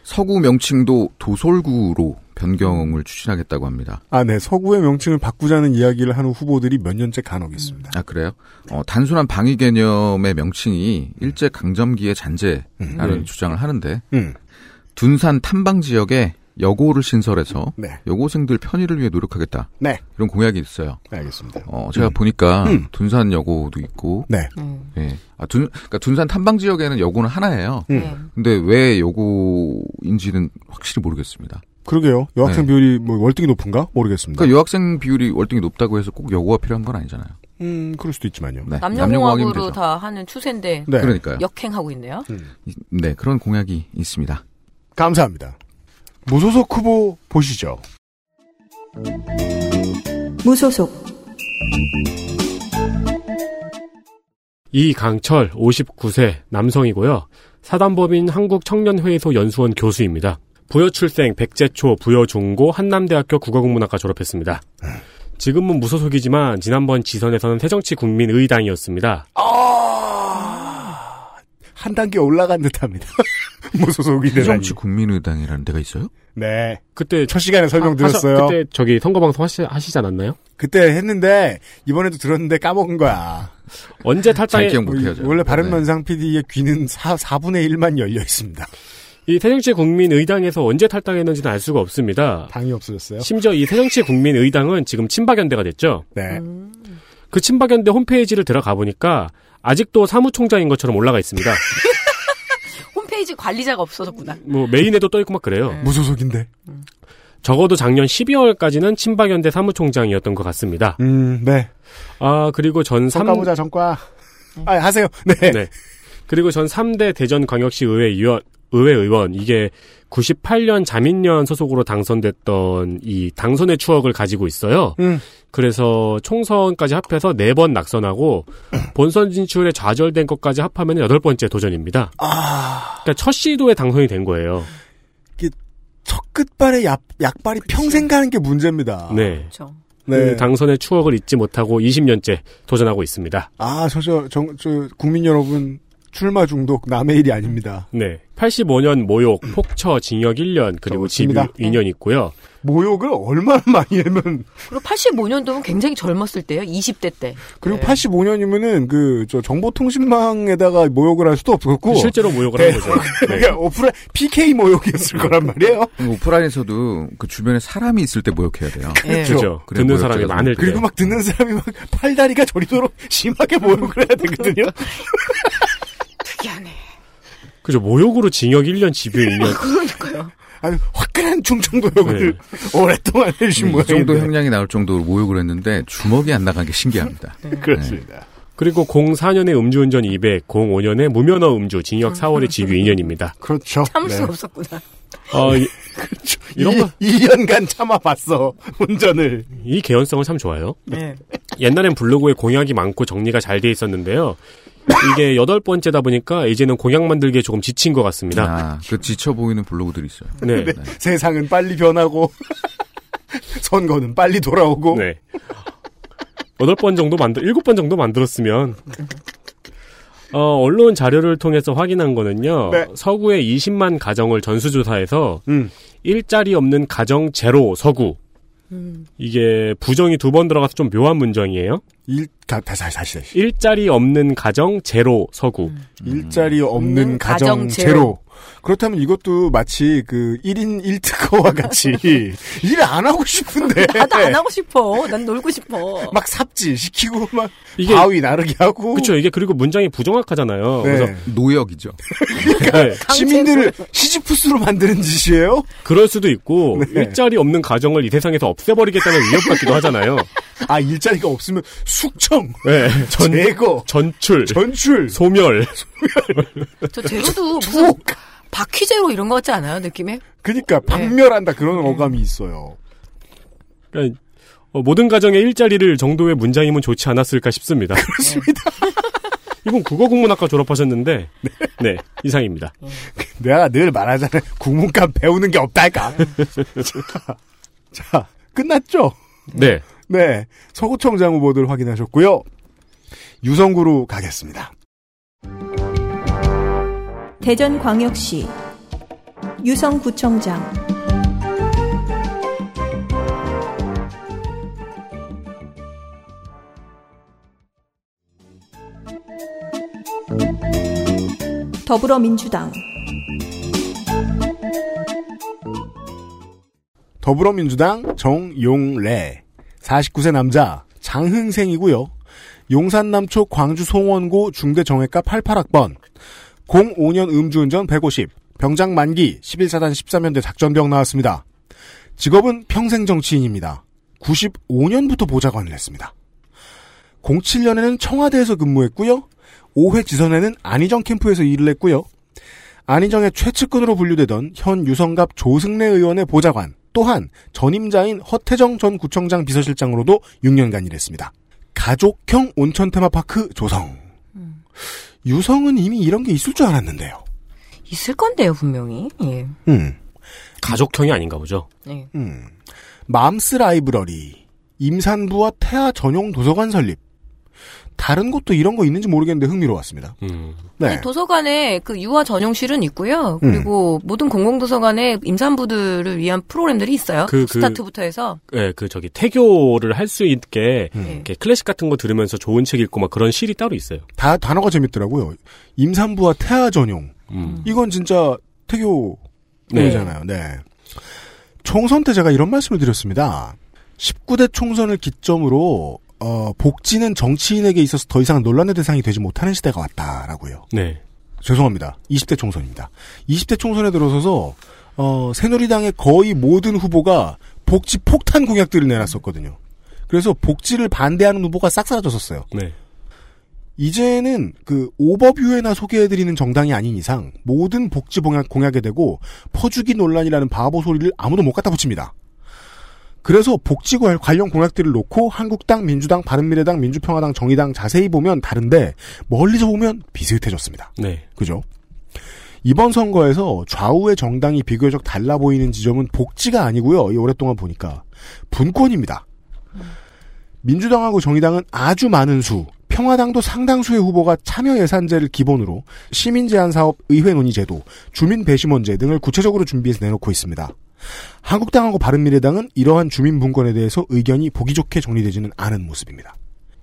Speaker 5: 서구 명칭도 도솔구로 변경을 추진하겠다고 합니다.
Speaker 2: 아, 네. 서구의 명칭을 바꾸자는 이야기를 하는 후보들이 몇 년째 간혹 있습니다.
Speaker 5: 아, 그래요? 어, 단순한 방위 개념의 명칭이 일제 강점기의 잔재라는
Speaker 2: 네.
Speaker 6: 음.
Speaker 5: 주장을 하는데,
Speaker 2: 음.
Speaker 5: 둔산 탐방 지역에 여고를 신설해서
Speaker 2: 네.
Speaker 5: 여고생들 편의를 위해 노력하겠다.
Speaker 2: 네.
Speaker 5: 이런 공약이 있어요.
Speaker 2: 알겠습니다.
Speaker 5: 어, 제가 보니까
Speaker 2: 음.
Speaker 5: 둔산 여고도 있고,
Speaker 2: 네.
Speaker 5: 예. 아, 둔, 그러니까 둔산 탐방 지역에는 여고는 하나예요.
Speaker 2: 음.
Speaker 4: 네.
Speaker 5: 근데 왜 여고인지는 확실히 모르겠습니다.
Speaker 2: 그러게요. 여학생
Speaker 5: 네.
Speaker 2: 비율이 뭐 월등히 높은가? 모르겠습니다.
Speaker 5: 그러니까 여학생 비율이 월등히 높다고 해서 꼭 여고가 필요한 건 아니잖아요.
Speaker 2: 음, 그럴 수도 있지만요.
Speaker 5: 네. 남녀공학이면
Speaker 4: 남녀공학으로
Speaker 5: 되죠.
Speaker 4: 다 하는 추세인데
Speaker 2: 네.
Speaker 5: 그러니까요.
Speaker 4: 역행하고 있네요.
Speaker 5: 이- 네, 그런 공약이 있습니다.
Speaker 2: 감사합니다. 무소속 후보 보시죠.
Speaker 3: 무소속
Speaker 6: 이강철 59세 남성이고요. 사단법인 한국청년회의소 연수원 교수입니다. 부여 출생 백제초 부여 중고 한남대학교 국어국문학과 졸업했습니다.
Speaker 2: 음.
Speaker 6: 지금은 무소속이지만 지난번 지선에서는 새정치국민의당이었습니다.
Speaker 2: 아, 한 단계 올라간 듯합니다. 무소속이 되다니.
Speaker 5: 새정치 국민의당이라는 데가 있어요?
Speaker 2: 네.
Speaker 6: 그때
Speaker 2: 첫 시간에 설명드렸어요.
Speaker 6: 하셔-
Speaker 2: 아, 그때...
Speaker 6: 아, 그때 저기 선거방송 하시, 하시지 않았나요?
Speaker 2: 했는데 이번에도 들었는데 까먹은 거야.
Speaker 6: 언제
Speaker 5: 잘
Speaker 6: 탈당에
Speaker 5: 기억
Speaker 2: 뭐
Speaker 5: 못해요. 제가.
Speaker 2: 원래
Speaker 5: 네.
Speaker 2: 바른면상 PD의 귀는 4, 4분의 1만 열려 있습니다.
Speaker 6: 이 새정치국민의당에서 언제 탈당했는지는 알 수가 없습니다.
Speaker 2: 당이 없어졌어요.
Speaker 6: 심지어 이 새정치국민의당은 지금 친박연대가 됐죠.
Speaker 2: 네.
Speaker 6: 그 친박연대 홈페이지를 들어가 보니까 아직도 사무총장인 것처럼 올라가 있습니다.
Speaker 4: 홈페이지 관리자가 없어졌구나.
Speaker 6: 뭐 메인에도 떠 있고 막 그래요.
Speaker 2: 네. 무소속인데.
Speaker 6: 적어도 작년 12월까지는 친박연대 사무총장이었던 것 같습니다.
Speaker 2: 음, 네.
Speaker 6: 아 그리고 전 3,
Speaker 2: 정과 보자, 정과. 아, 하세요. 네.
Speaker 6: 네. 그리고 전 3대 대전광역시 의회 의원, 의회 의원, 이게 98년 자민련 소속으로 당선됐던 이 당선의 추억을 가지고 있어요.
Speaker 2: 음.
Speaker 6: 그래서 총선까지 합해서 4번 낙선하고 본선 진출에 좌절된 것까지 합하면 여덟 번째 도전입니다. 그러니까 첫 시도에 당선이 된 거예요.
Speaker 2: 첫 끝발에 약, 약발이 평생 가는 게 문제입니다.
Speaker 6: 네.
Speaker 4: 그렇죠.
Speaker 6: 그 당선의 추억을 잊지 못하고 20년째 도전하고 있습니다.
Speaker 2: 아, 저, 저, 정, 저, 국민 여러분, 출마 중독 남의 일이 아닙니다.
Speaker 6: 네. 85년 모욕, 폭처, 징역 1년, 그리고 집
Speaker 2: 그렇습니다.
Speaker 6: 2년 있고요.
Speaker 2: 모욕을 얼마나 많이 하면,
Speaker 4: 그리고 85년도면 굉장히 젊었을 때예요. 20대 때.
Speaker 2: 그리고
Speaker 4: 네.
Speaker 2: 85년이면은, 그, 저, 정보통신망에다가 모욕을 할 수도 없었고,
Speaker 6: 실제로 모욕을 한 거죠. 네.
Speaker 2: 그러니까 오프라, PK 모욕이었을 거란 말이에요.
Speaker 5: 그 오프라인에서도 그 주변에 사람이 있을 때 모욕해야 돼요.
Speaker 2: 네.
Speaker 4: 예.
Speaker 6: 네. 그죠.
Speaker 5: 그래,
Speaker 6: 듣는
Speaker 5: 모욕죄가
Speaker 6: 사람이
Speaker 5: 좀-
Speaker 6: 많을 때.
Speaker 2: 그렇죠. 그리고 막 듣는 사람이 막 팔다리가 저리도록 심하게 모욕을 해야 되거든요.
Speaker 4: 특이하네.
Speaker 6: 그죠. 모욕으로 징역 1년, 집유 2년.
Speaker 4: 그러니까요.
Speaker 2: 아주 화끈한 충청도욕을
Speaker 6: 네. 음,
Speaker 2: 오랫동안 해주신
Speaker 5: 이
Speaker 2: 모양인데.
Speaker 5: 정도 형량이 나올 정도로 모욕을 했는데 주먹이 안 나간 게 신기합니다.
Speaker 2: 네.
Speaker 6: 네.
Speaker 2: 그렇습니다.
Speaker 6: 그리고 04년에 음주운전 200, 05년에 무면허 음주, 징역 4월에 집유 2년입니다.
Speaker 2: 그렇죠.
Speaker 4: 참을
Speaker 2: 네.
Speaker 4: 수 없었구나.
Speaker 6: 어, 이, 이런 거-
Speaker 2: 2년간 참아봤어. 운전을.
Speaker 6: 이 개연성은 참 좋아요.
Speaker 4: 네.
Speaker 6: 옛날엔 블로그에 공약이 많고 정리가 잘 돼 있었는데요. 이게 여덟 번째다 보니까 이제는 공약 만들기에 조금 지친 것 같습니다.
Speaker 5: 아, 그 지쳐 보이는 블로그들이 있어요.
Speaker 6: 네.
Speaker 2: 세상은 빨리 변하고 선거는 빨리 돌아오고
Speaker 6: 네. 여덟 번 정도 만들, 일곱 번 정도 만들었으면. 어, 언론 자료를 통해서 확인한 거는요.
Speaker 2: 네.
Speaker 6: 서구의 20만 가정을 전수조사해서
Speaker 2: 음.
Speaker 6: 일자리 없는 가정 제로 서구. 이게 부정이 두 번 들어가서 좀 묘한 문장이에요.
Speaker 2: 일 가, 다시 다시 다시 다시.
Speaker 6: 일자리 없는 가정 제로 서구.
Speaker 2: 음. 일자리 없는
Speaker 4: 없는
Speaker 2: 가정,
Speaker 4: 음, 가정
Speaker 2: 제로.
Speaker 4: 제로.
Speaker 2: 그렇다면 이것도 마치 그 1인 1특허와 같이 일 안 하고 싶은데
Speaker 4: 아, 나도 안 하고 싶어. 난 놀고 싶어.
Speaker 2: 막 삽질 시키고 막
Speaker 6: 이게-
Speaker 2: 바위 나르게 하고
Speaker 6: 그렇죠. 이게 그리고 문장이 부정확하잖아요.
Speaker 2: 네.
Speaker 6: 그래서
Speaker 5: 노역이죠.
Speaker 6: 네.
Speaker 2: 시민들을 시지푸스로 만드는 짓이에요.
Speaker 6: 그럴 수도 있고
Speaker 2: 네.
Speaker 6: 일자리 없는 가정을 이 세상에서 없애버리겠다는 위협 같기도 하잖아요.
Speaker 2: 아 일자리가 없으면 숙청,
Speaker 6: 네. 전,
Speaker 2: 제거,
Speaker 6: 전출,
Speaker 2: 전출,
Speaker 6: 소멸.
Speaker 4: 저 제로도 무슨
Speaker 2: 투옥.
Speaker 4: 바퀴제로 이런 거 같지 않아요? 느낌에?
Speaker 2: 그러니까
Speaker 4: 네.
Speaker 2: 박멸한다 그런 어감이 있어요.
Speaker 6: 그러니까 어, 모든 가정에 일자리를 정도의 문장이면 좋지 않았을까 싶습니다.
Speaker 4: 네.
Speaker 2: 그렇습니다.
Speaker 6: 이분 국어국문학과 졸업하셨는데 네 이상입니다.
Speaker 2: 내가 늘 말하잖아요. 국문감 배우는 게 없달까. 자, 자, 끝났죠?
Speaker 6: 네.
Speaker 2: 네. 서구청장 후보들 확인하셨고요. 유성구로 가겠습니다.
Speaker 3: 대전광역시 유성구청장 더불어민주당
Speaker 2: 더불어민주당 정용래. 49세 남자. 장흥생이고요. 용산 남초 광주 송원고 중대 정외과 88학번. 05년 음주운전 150. 병장 만기 11사단 13연대 작전병 나왔습니다. 직업은 평생 정치인입니다. 95년부터 보좌관을 했습니다. 07년에는 청와대에서 근무했고요. 5회 지선에는 안희정 캠프에서 일을 했고요. 안희정의 최측근으로 분류되던 현 유성갑 조승래 의원의 보좌관 또한 전임자인 허태정 전 구청장 비서실장으로도 6년간 일했습니다. 가족형 온천 테마파크 조성. 유성은 이미 이런 게 있을 줄 알았는데요.
Speaker 4: 있을 건데요, 분명히. 예.
Speaker 2: 음,
Speaker 6: 가족형이 아닌가 보죠.
Speaker 4: 네.
Speaker 2: 음. 맘스 라이브러리, 임산부와 태아 전용 도서관 설립. 다른 곳도 이런 거 있는지 모르겠는데 흥미로웠습니다.
Speaker 6: 음.
Speaker 2: 네.
Speaker 4: 도서관에 그 유아 전용실은 있고요. 그리고 모든 공공도서관에 임산부들을 위한 프로그램들이 있어요.
Speaker 6: 그, 그-
Speaker 4: 스타트부터 해서.
Speaker 6: 네, 그 저기 태교를 할 수 있게
Speaker 4: 음.
Speaker 6: 이렇게 클래식 같은 거 들으면서 좋은 책 읽고 막 그런 실이 따로 있어요.
Speaker 2: 다 단어가 재밌더라고요. 임산부와 태아 전용. 이건 진짜 태교
Speaker 6: 네.
Speaker 2: 잖아요 네. 총선 때 제가 이런 말씀을 드렸습니다. 19대 총선을 기점으로 어, 복지는 정치인에게 있어서 더 이상 논란의 대상이 되지 못하는 시대가 왔다라고요.
Speaker 6: 네.
Speaker 2: 죄송합니다. 20대 총선입니다. 20대 총선에 들어서서 어, 새누리당의 거의 모든 후보가 복지 폭탄 공약들을 내놨었거든요. 그래서 복지를 반대하는 후보가 싹 사라졌었어요.
Speaker 6: 네.
Speaker 2: 이제는 그 오버뷰에나 소개해드리는 정당이 아닌 이상 모든 복지 공약, 공약에 대고 퍼주기 논란이라는 바보 소리를 아무도 못 갖다 붙입니다. 그래서 복지 관- 관련 공약들을 놓고 한국당, 민주당, 바른미래당, 민주평화당, 정의당 자세히 보면 다른데 멀리서 보면 비슷해졌습니다.
Speaker 6: 네.
Speaker 2: 그죠? 이번 선거에서 좌우의 정당이 비교적 달라 보이는 지점은 복지가 아니고요. 이 오랫동안 보니까 분권입니다. 민주당하고 정의당은 아주 많은 수, 평화당도 상당수의 후보가 참여 예산제를 기본으로 시민 제한 사업, 의회 논의 제도, 주민 배심원제 등을 구체적으로 준비해서 내놓고 있습니다. 한국당하고 바른미래당은 이러한 주민 분권에 대해서 의견이 보기 좋게 정리되지는 않은 모습입니다.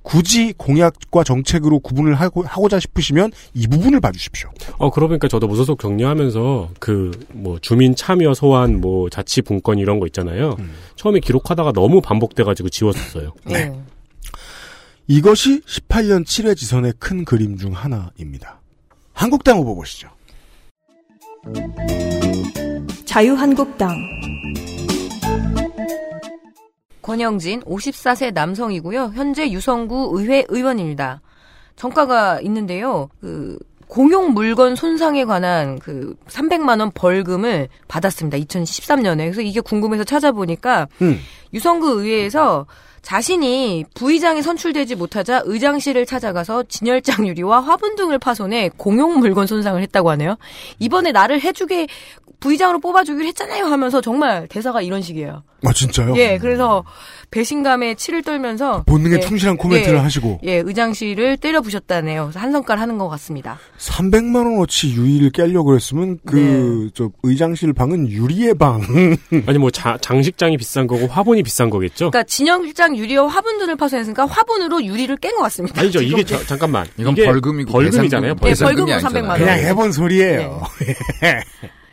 Speaker 2: 굳이 공약과 정책으로 구분을 하고, 하고자 싶으시면 이 부분을 봐주십시오.
Speaker 6: 어, 그러고 보니까 저도 무소속 격려하면서 그, 뭐, 주민 참여 소환, 뭐, 자치 분권 이런 거 있잖아요. 처음에 기록하다가 너무 반복돼가지고 지웠었어요.
Speaker 2: 네. 이것이 18년 7회 지선의 큰 그림 중 하나입니다. 한국당 후보 보시죠.
Speaker 3: 자유한국당
Speaker 4: 권영진 54세 남성이고요. 현재 유성구 의회 의원입니다. 정가가 있는데요. 그 공용 물건 손상에 관한 그 300만 원 벌금을 받았습니다. 2013년에. 그래서 이게 궁금해서 찾아보니까
Speaker 2: 음.
Speaker 4: 유성구 의회에서 자신이 부의장에 선출되지 못하자 의장실을 찾아가서 진열장 유리와 화분 등을 파손해 공용 물건 손상을 했다고 하네요. 이번에 나를 해주게 부의장으로 뽑아주기로 했잖아요 하면서 정말 대사가 이런 식이에요.
Speaker 2: 아 진짜요?
Speaker 4: 예, 그래서 배신감에 치를 떨면서
Speaker 2: 본능에
Speaker 4: 예,
Speaker 2: 충실한 코멘트를
Speaker 4: 예,
Speaker 2: 하시고
Speaker 4: 예, 의장실을 때려 부셨다네요. 그래서 한 성깔 하는 것 같습니다.
Speaker 2: 300만 원어치 유의를 깨려고 그랬으면 그
Speaker 4: 네.
Speaker 2: 저 의장실 방은 유리의 방.
Speaker 6: 아니, 뭐, 자- 장식장이 비싼 거고 화분이 비싼 거겠죠?
Speaker 4: 그러니까 진영실장 유리와 화분들을 파손했으니까 화분으로 유리를 깬 것 같습니다.
Speaker 6: 아니죠. 이게
Speaker 4: 지금.
Speaker 6: 자- 잠깐만.
Speaker 5: 이건
Speaker 6: 이게
Speaker 5: 벌금이고 그
Speaker 6: 벌금이잖아요.
Speaker 5: 배상금,
Speaker 4: 벌금.
Speaker 6: 벌금.
Speaker 5: 배상금이
Speaker 4: 예,
Speaker 5: 아니잖아요.
Speaker 4: 벌금은 300만 원.
Speaker 2: 그냥 해본 소리예요.
Speaker 4: 네.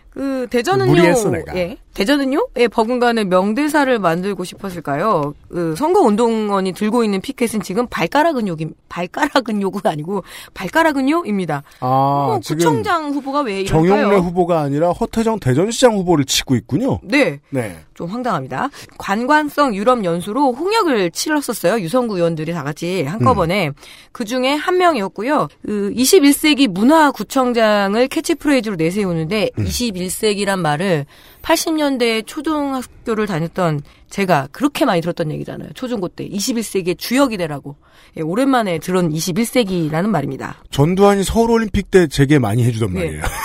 Speaker 4: 그 대전은요.
Speaker 2: 무리했어, 내가.
Speaker 4: 예, 대전은요. 예, 버금가는 명대사를 만들고 싶었을까요? 그 선거 운동원이 들고 있는 피켓은 지금 발가락 근육임 발가락 근육은 아니고 발가락 근육입니다.
Speaker 2: 아
Speaker 4: 어, 구청장 후보가 왜 이럴까요?
Speaker 2: 정용래 후보가 아니라 허태정 대전시장 후보를 치고 있군요.
Speaker 4: 네.
Speaker 2: 네.
Speaker 4: 좀 황당합니다. 관광성 유럽 연수로 홍역을 치렀었어요. 유성구 의원들이 다 같이 한꺼번에
Speaker 2: 음.
Speaker 4: 그 중에 한 명이었고요. 그 21세기 문화구청장을 캐치프레이즈로 내세우는데
Speaker 2: 음.
Speaker 4: 21세기란 말을 80년대 초등학교를 다녔던 제가 그렇게 많이 들었던 얘기잖아요. 초중고 때 21세기의 주역이 되라고 예, 오랜만에 들은 21세기라는 말입니다.
Speaker 2: 전두환이 서울올림픽 때 제게 많이 해주던
Speaker 4: 예.
Speaker 2: 말이에요.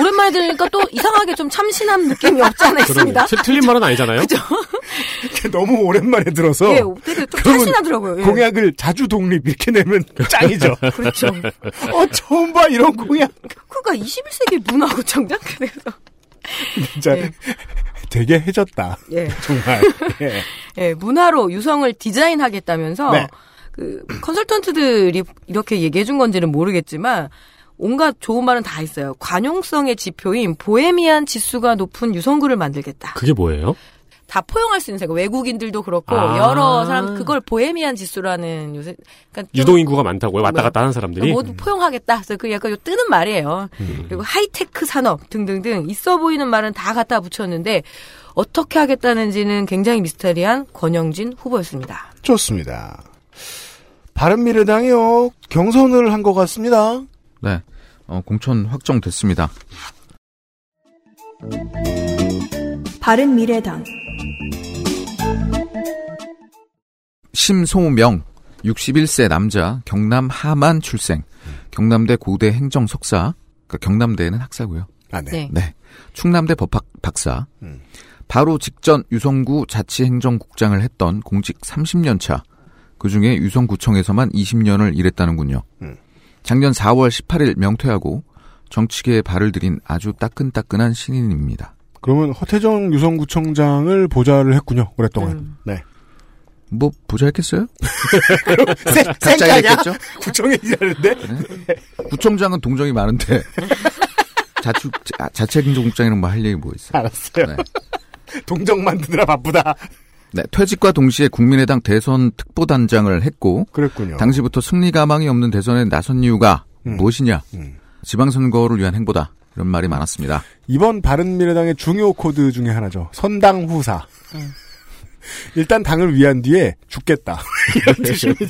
Speaker 4: 오랜만에 들으니까 또 이상하게 좀 참신한 느낌이 없지 않아 있습니다.
Speaker 6: 그러네요. 틀- 틀린 말은 아니잖아요.
Speaker 2: 너무 오랜만에 들어서
Speaker 4: 예, 되게 좀
Speaker 2: 그러면
Speaker 4: 참신하더라고요. 예.
Speaker 2: 공약을 자주 독립 이렇게 내면 짱이죠.
Speaker 4: 그렇죠.
Speaker 2: 어 처음 봐 이런 공약.
Speaker 4: 그러니까 21세기 문화구청장 그래서
Speaker 2: 진짜
Speaker 4: 예.
Speaker 2: 되게 해졌다.
Speaker 4: 예,
Speaker 2: 정말. 예.
Speaker 4: 예, 문화로 유성을 디자인하겠다면서
Speaker 2: 네.
Speaker 4: 그 컨설턴트들이 이렇게 얘기해 준 건지는 모르겠지만 온갖 좋은 말은 다 있어요. 관용성의 지표인 보헤미안 지수가 높은 유성구를 만들겠다.
Speaker 6: 그게 뭐예요?
Speaker 4: 다 포용할 수 있는 생각. 외국인들도 그렇고
Speaker 6: 아.
Speaker 4: 여러 사람 그걸 보헤미안 지수라는 요새 그러니까 좀
Speaker 6: 유동인구가 많다고요. 왔다
Speaker 4: 뭐야.
Speaker 6: 갔다 하는 사람들이.
Speaker 4: 모두 포용하겠다. 그래서 그 약간 요 뜨는 말이에요.
Speaker 5: 음.
Speaker 4: 그리고 하이테크 산업 등등등 있어 보이는 말은 다 갖다 붙였는데 어떻게 하겠다는지는 굉장히 미스터리한 권영진 후보였습니다.
Speaker 2: 좋습니다. 바른미래당이요 경선을 한 것 같습니다.
Speaker 5: 네. 어, 공천 확정됐습니다.
Speaker 3: 바른미래당
Speaker 5: 심소명 61세 남자 경남 하만 출생 경남대 고대 행정 석사 그러니까 경남대는 학사고요.
Speaker 2: 아 네.
Speaker 4: 네.
Speaker 5: 네. 충남대 법학 박사.
Speaker 2: 음.
Speaker 5: 바로 직전 유성구 자치행정국장을 했던 공직 30년 차. 그 중에 유성구청에서만 20년을 일했다는군요.
Speaker 2: 음.
Speaker 5: 작년 4월 18일 명퇴하고 정치계에 발을 들인 아주 따끈따끈한 신인입니다.
Speaker 2: 그러면 허태정 유성구청장을 보좌를 했군요 오랫동안.
Speaker 4: 음.
Speaker 2: 네.
Speaker 5: 뭐 보자했겠어요?
Speaker 2: 야
Speaker 5: 갑자기 됐겠죠?
Speaker 2: 구청에 일하는데
Speaker 5: 구청장은 동정이 많은데 자치 자- 자치행정국장이랑 뭐 할 얘기 뭐 있어요?
Speaker 2: 알았어요.
Speaker 5: 네.
Speaker 2: 동정 만드느라 바쁘다.
Speaker 5: 네, 퇴직과 동시에 국민의당 대선 특보단장을 했고
Speaker 2: 그랬군요.
Speaker 5: 당시부터 승리 가망이 없는 대선에 나선 이유가
Speaker 2: 음.
Speaker 5: 무엇이냐?
Speaker 2: 음.
Speaker 5: 지방선거를 위한 행보다. 이런 말이 많았습니다.
Speaker 2: 이번 바른미래당의 중요 코드 중에 하나죠. 선당 후사.
Speaker 4: 네.
Speaker 2: 일단 당을 위한 뒤에 죽겠다. 이런 뜻입니다.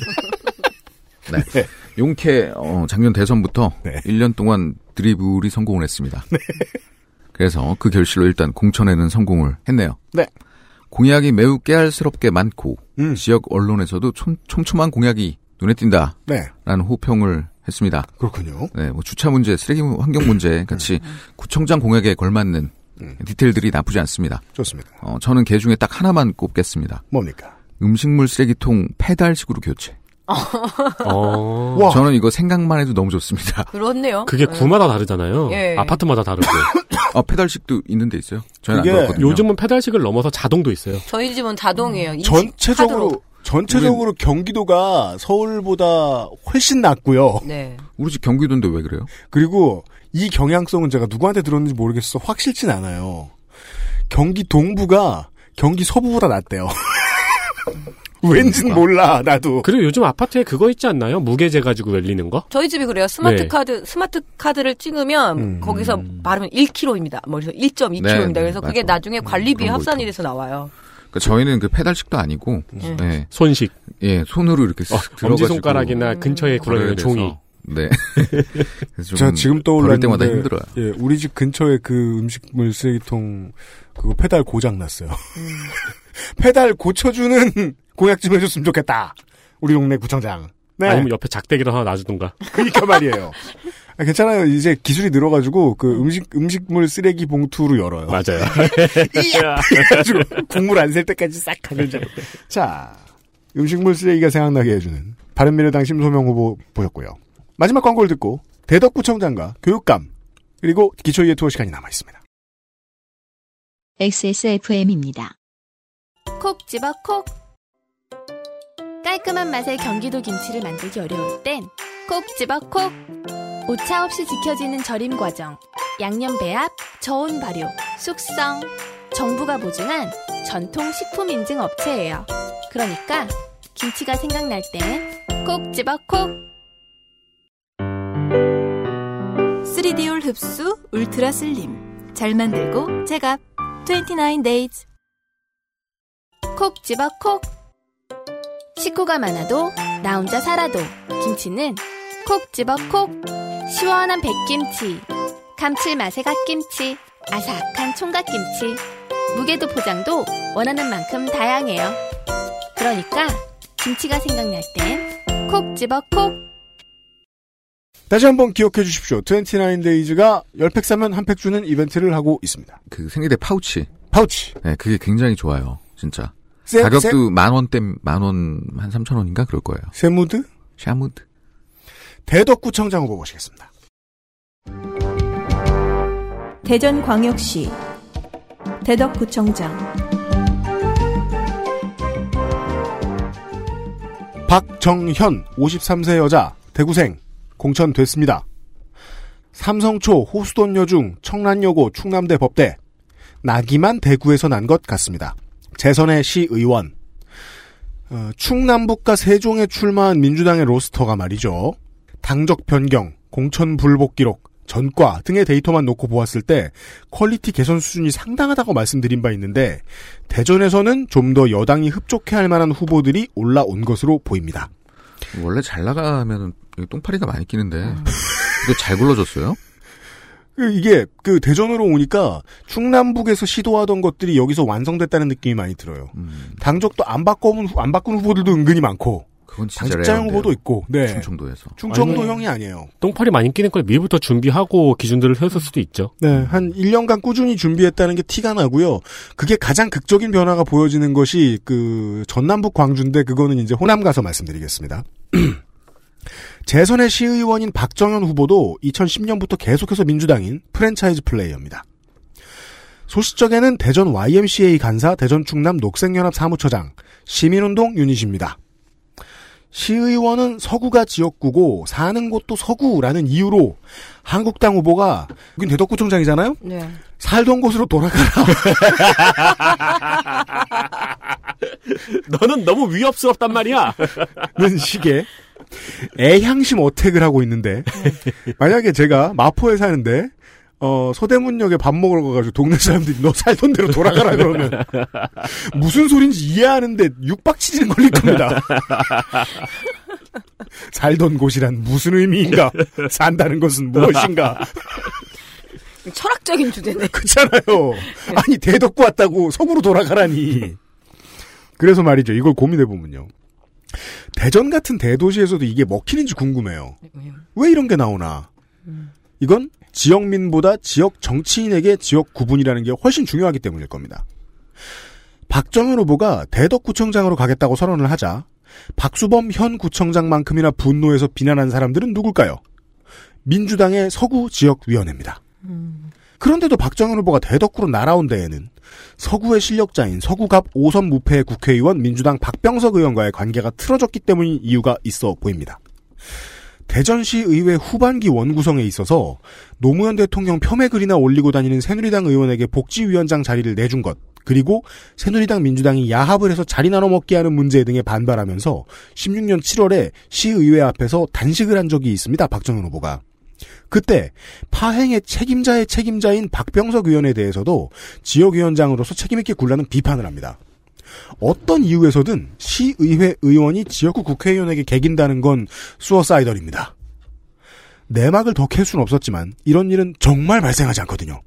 Speaker 5: 네. 용케 어, 작년 대선부터
Speaker 2: 네.
Speaker 5: 1년 동안 드리블이 성공을 했습니다. 그래서 그 결실로 일단 공천에는 성공을 했네요.
Speaker 2: 네.
Speaker 5: 공약이 매우 깨알스럽게 많고
Speaker 2: 음.
Speaker 5: 지역 언론에서도 촘, 촘촘한 공약이 눈에 띈다라는
Speaker 2: 네.
Speaker 5: 호평을 했습니다.
Speaker 2: 그렇군요.
Speaker 5: 네, 뭐 주차 문제, 쓰레기 환경 문제 같이 구청장 공약에 걸맞는
Speaker 2: 음.
Speaker 5: 디테일들이 나쁘지 않습니다.
Speaker 2: 좋습니다.
Speaker 5: 어, 저는 개 중에 딱 하나만 꼽겠습니다.
Speaker 2: 뭡니까?
Speaker 5: 음식물 쓰레기통 페달식으로 교체.
Speaker 6: 어.
Speaker 2: 와.
Speaker 5: 저는 이거 생각만 해도 너무 좋습니다.
Speaker 4: 그렇네요.
Speaker 6: 그게 구마다 다르잖아요.
Speaker 4: 예.
Speaker 6: 아파트마다 다르고.
Speaker 5: 어, 페달식도 있는데 있어요? 저는
Speaker 2: 그게
Speaker 5: 안 그렇거든요.
Speaker 6: 요즘은 페달식을 넘어서 자동도 있어요.
Speaker 4: 저희 집은
Speaker 5: 음.
Speaker 4: 자동이에요. 이식
Speaker 2: 전체적으로
Speaker 4: 카드로.
Speaker 2: 전체적으로
Speaker 5: 네.
Speaker 2: 경기도가 서울보다 훨씬 낫고요.
Speaker 4: 네.
Speaker 5: 우리 집 경기도인데 왜 그래요?
Speaker 2: 그리고 이 경향성은 제가 누구한테 들었는지 모르겠어. 확실진 않아요. 경기 동부가 경기 서부보다 낫대요. 왠진
Speaker 5: 그러니까.
Speaker 2: 몰라 나도.
Speaker 6: 그리고 요즘 아파트에 그거 있지 않나요? 무게재 가지고 열리는 거?
Speaker 4: 저희 집이 그래요. 스마트
Speaker 6: 네.
Speaker 4: 카드, 스마트 카드를 찍으면 거기서 바르면 1kg입니다. 머리서 1.2kg입니다.
Speaker 5: 음. 네,
Speaker 4: 그래서
Speaker 5: 네,
Speaker 4: 그게
Speaker 5: 맞아.
Speaker 4: 나중에 관리비
Speaker 5: 그런 거
Speaker 4: 합산이
Speaker 5: 있죠.
Speaker 4: 돼서 나와요.
Speaker 5: 그러니까 저희는 그 페달식도 아니고 예,
Speaker 6: 손식.
Speaker 5: 예, 손으로 이렇게 쓱
Speaker 6: 어,
Speaker 5: 들어가지고
Speaker 6: 엄지 손가락이나 근처에
Speaker 5: 걸어야
Speaker 6: 굴러있는
Speaker 5: 돼서.
Speaker 6: 종이.
Speaker 5: 네. 그래서 좀
Speaker 2: 제가 지금
Speaker 5: 걸을
Speaker 2: 떠올랐는데
Speaker 5: 때마다 힘들어요.
Speaker 2: 예, 우리 집 근처에 그 음식물 쓰레기통 그거 페달 고장 났어요. 페달 고쳐주는 공약 좀 해줬으면 좋겠다. 우리 동네 구청장. 네.
Speaker 6: 아니면 옆에 작대기를 하나 놔주든가.
Speaker 2: 그러니까 말이에요. 아, 괜찮아요. 이제 기술이 늘어가지고 그 음식 음식물 쓰레기 봉투로 열어요.
Speaker 6: 맞아요.
Speaker 2: 그래가지고 국물 안 셀 때까지 싹 하면서. 자, 음식물 쓰레기가 생각나게 해주는 바른미래당 심소명 후보 보셨고요. 마지막 광고를 듣고 대덕구청장과 교육감 그리고 기초이해 투어 시간이 남아 있습니다.
Speaker 1: XSFM입니다.
Speaker 9: 콕 집어 콕 깔끔한 맛의 경기도 김치를 만들기 어려울 땐 콕 집어 콕 오차 없이 지켜지는 절임 과정 양념 배합, 저온 발효, 숙성 정부가 보증한 전통 식품 인증 업체예요 그러니까 김치가 생각날 땐 콕 집어 콕
Speaker 7: 3D올 흡수 울트라 슬림. 잘 만들고 제값 29 days.
Speaker 9: 콕 집어 콕 식구가 많아도 나 혼자 살아도 김치는 콕 집어 콕 시원한 백김치 감칠맛의 갓김치 아삭한 총각김치 무게도 포장도 원하는 만큼 다양해요 그러니까 김치가 생각날 땐 콕 집어 콕
Speaker 2: 다시 한번 기억해 주십시오. 29데이즈가 10팩 사면 한 팩 주는 이벤트를 하고 있습니다.
Speaker 5: 그 생리대 파우치.
Speaker 2: 파우치.
Speaker 5: 네, 그게 굉장히 좋아요. 진짜.
Speaker 2: 세,
Speaker 5: 가격도 만 원대 만원 한 삼천 원인가 그럴 거예요.
Speaker 2: 세, 무드
Speaker 5: 샤무드.
Speaker 2: 대덕구청장 후보 보시겠습니다.
Speaker 3: 대전광역시 대덕구청장
Speaker 2: 박정현 53세 여자 대구생 공천됐습니다. 삼성초 호수돈 여중 청란여고 충남대 법대 나기만 대구에서 난 것 같습니다. 재선의 시의원 어, 충남북과 세종에 출마한 민주당의 로스터가 말이죠. 당적 변경, 공천 불복 기록, 전과 등의 데이터만 놓고 보았을 때 퀄리티 개선 수준이 상당하다고 말씀드린 바 있는데 대전에서는 좀 더 여당이 흡족해할 만한 후보들이 올라온 것으로 보입니다.
Speaker 5: 원래 잘 나가면 똥파리가 많이 끼는데. 근데 잘 굴러줬어요?
Speaker 2: 그 이게 그 대전으로 오니까 충남북에서 시도하던 것들이 여기서 완성됐다는 느낌이 많이 들어요.
Speaker 5: 음,
Speaker 2: 당적도 안 바꿔온 후- 안 바꾼 후보들도 은근히 많고
Speaker 5: 그건 진짜
Speaker 2: 당직자형 후보도 있고 네.
Speaker 5: 충청도에서.
Speaker 2: 충청도형이 아니에요.
Speaker 6: 똥파리 많이 끼는 걸 미리부터 준비하고 기준들을 세웠을 수도 있죠.
Speaker 2: 네, 한 1년간 꾸준히 준비했다는 게 티가 나고요. 그게 가장 극적인 변화가 보여지는 것이 그 전남북 광주인데 그거는 이제 호남 가서 말씀드리겠습니다. 재선의 시의원인 박정현 후보도 2010년부터 계속해서 민주당인 프랜차이즈 플레이어입니다. 소식적에는 대전 YMCA 간사, 대전 충남 녹색연합 사무처장, 시민운동 유닛입니다. 시의원은 서구가 지역구고 사는 곳도 서구라는 이유로 한국당 후보가 여긴 대덕구청장이잖아요.
Speaker 4: 네.
Speaker 2: 살던 곳으로 돌아가라.
Speaker 6: 너는 너무 위협스럽단 말이야.
Speaker 2: 는 식의 애향심 어택을 하고 있는데
Speaker 4: 네.
Speaker 2: 만약에 제가 마포에 사는데 어 서대문역에 밥 먹으러 가가지고 동네 사람들이 너 살던 대로 돌아가라 그러면 무슨 소린지 이해하는데 육박치지는 걸릴 겁니다. 살던 곳이란 무슨 의미인가? 산다는 것은 무엇인가?
Speaker 4: 철학적인 주제네. 네.
Speaker 2: 그렇잖아요. 아니 대덕구 왔다고 서구로 돌아가라니. 그래서 말이죠. 이걸 고민해 보면요. 대전 같은 대도시에서도 이게 먹히는지 궁금해요. 음. 왜 이런 게 나오나? 이건 지역민보다 지역 정치인에게 지역 구분이라는 게 훨씬 중요하기 때문일 겁니다. 박정현 후보가 대덕구청장으로 가겠다고 선언을 하자 박수범 현 구청장만큼이나 분노해서 비난한 사람들은 누굴까요? 민주당의 서구 지역위원회입니다. 음. 그런데도 박정현 후보가 대덕구로 날아온 데에는 서구의 실력자인 서구갑 5선 무패 국회의원 민주당 박병석 의원과의 관계가 틀어졌기 때문인 이유가 있어 보입니다. 대전시 의회 후반기 원구성에 있어서 노무현 대통령 폄훼 글이나 올리고 다니는 새누리당 의원에게 복지위원장 자리를 내준 것, 그리고 새누리당 민주당이 야합을 해서 자리 나눠 먹게 하는 문제 등에 반발하면서 16년 7월에 시의회 앞에서 단식을 한 적이 있습니다. 박정현 후보가. 그때 파행의 책임자의 책임자인 박병석 의원에 대해서도 지역위원장으로서 책임있게 굴라는 비판을 합니다. 어떤 이유에서든 시의회 의원이 지역구 국회의원에게 개긴다는 건 수어사이덜입니다. 내막을 더 캘 수는 없었지만 이런 일은 정말 발생하지 않거든요.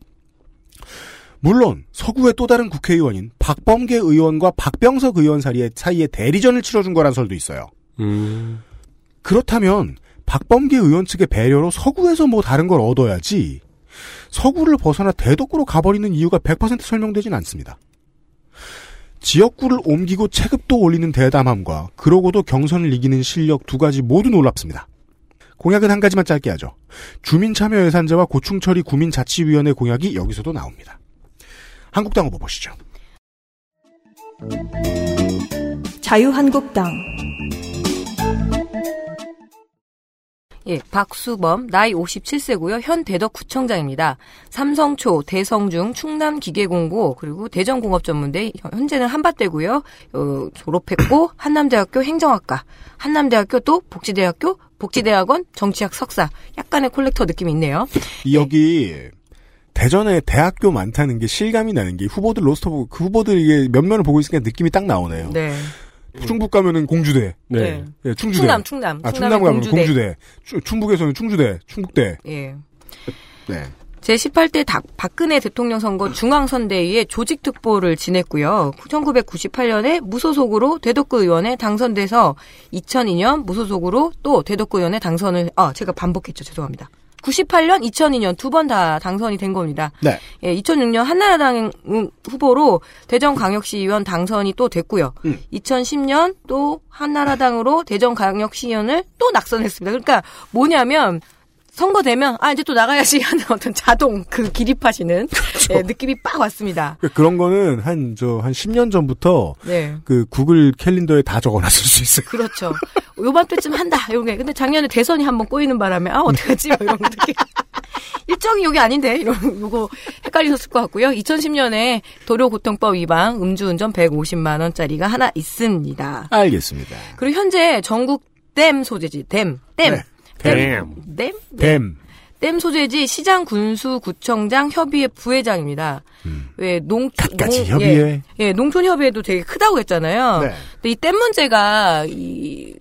Speaker 2: 물론 서구의 또 다른 국회의원인 박범계 의원과 박병석 의원 사이에 사이에 대리전을 치러준 거란 설도 있어요.
Speaker 6: 음,
Speaker 2: 그렇다면 박범계 의원 측의 배려로 서구에서 뭐 다른 걸 얻어야지 서구를 벗어나 대덕구로 가버리는 이유가 100% 설명되진 않습니다. 지역구를 옮기고 체급도 올리는 대담함과 그러고도 경선을 이기는 실력 두 가지 모두 놀랍습니다. 공약은 한 가지만 짧게 하죠. 주민참여 예산제와 고충처리 구민자치위원회 공약이 여기서도 나옵니다. 한국당 후보 보시죠.
Speaker 3: 자유한국당
Speaker 4: 예, 박수범 나이 57세고요. 현 대덕구청장입니다. 삼성초, 대성중, 충남기계공고 그리고 대전공업전문대 현재는 한밭대고요. 어, 졸업했고 한남대학교 행정학과, 한남대학교 또 복지대학교 복지대학원 정치학 석사. 약간의 콜렉터 느낌이 있네요.
Speaker 2: 여기 대전에 대학교 많다는 게 실감이 나는 게 후보들 로스터 보고 그 후보들 이게 몇 면을 보고 있으니까 느낌이 딱 나오네요.
Speaker 4: 네.
Speaker 2: 충북 가면은 공주대,
Speaker 6: 네.
Speaker 2: 예, 충주대.
Speaker 4: 충남, 충남,
Speaker 2: 아,
Speaker 4: 충남의
Speaker 2: 충남 가면 공주대. 추- 충북에서는 충주대, 충북대.
Speaker 4: 예.
Speaker 2: 네.
Speaker 4: 제18대 박근혜 대통령 선거 중앙선대위에 조직특보를 지냈고요. 1998년에 무소속으로 대덕구 의원에 당선돼서 2002년 무소속으로 또 대덕구 의원에 당선을 아 제가 반복했죠 죄송합니다. 98년, 2002년 두 번 다 당선이 된 겁니다.
Speaker 2: 네.
Speaker 4: 예, 2006년 한나라당 음, 후보로 대전광역시의원 당선이 또 됐고요.
Speaker 2: 음.
Speaker 4: 2010년 또 한나라당으로 대전광역시의원을 또 낙선했습니다. 그러니까 뭐냐면 선거되면 아 이제 또 나가야지 하는 어떤 자동 그 기립하시는 예, 느낌이 빡 왔습니다.
Speaker 2: 그러니까 그런 거는 한, 저, 한 10년 전부터
Speaker 4: 네.
Speaker 2: 그 구글 캘린더에 다 적어 놨을 수 있어요.
Speaker 4: 그렇죠. 요번 때쯤 한다. 이런 게. 근데 작년에 대선이 한번 꼬이는 바람에 아 어떡하지? 막 이런 것들. 일정이 요게 아닌데 이런 요거 헷갈리셨을 것 같고요. 2010년에 도로교통법 위반 음주운전 150만 원짜리가 하나 있습니다.
Speaker 2: 알겠습니다.
Speaker 4: 그리고 현재 전국 댐 소재지 댐, 댐,
Speaker 2: 네.
Speaker 6: 댐.
Speaker 4: 댐,
Speaker 2: 댐.
Speaker 4: 댐 소재지 시장 군수 구청장 협의회 부회장입니다. 왜 농,
Speaker 2: 끝까지
Speaker 4: 농-
Speaker 2: 음. 협의회.
Speaker 4: 예, 농촌 협의회도 되게 크다고 했잖아요.
Speaker 2: 네.
Speaker 4: 근데 이 댐 문제가 이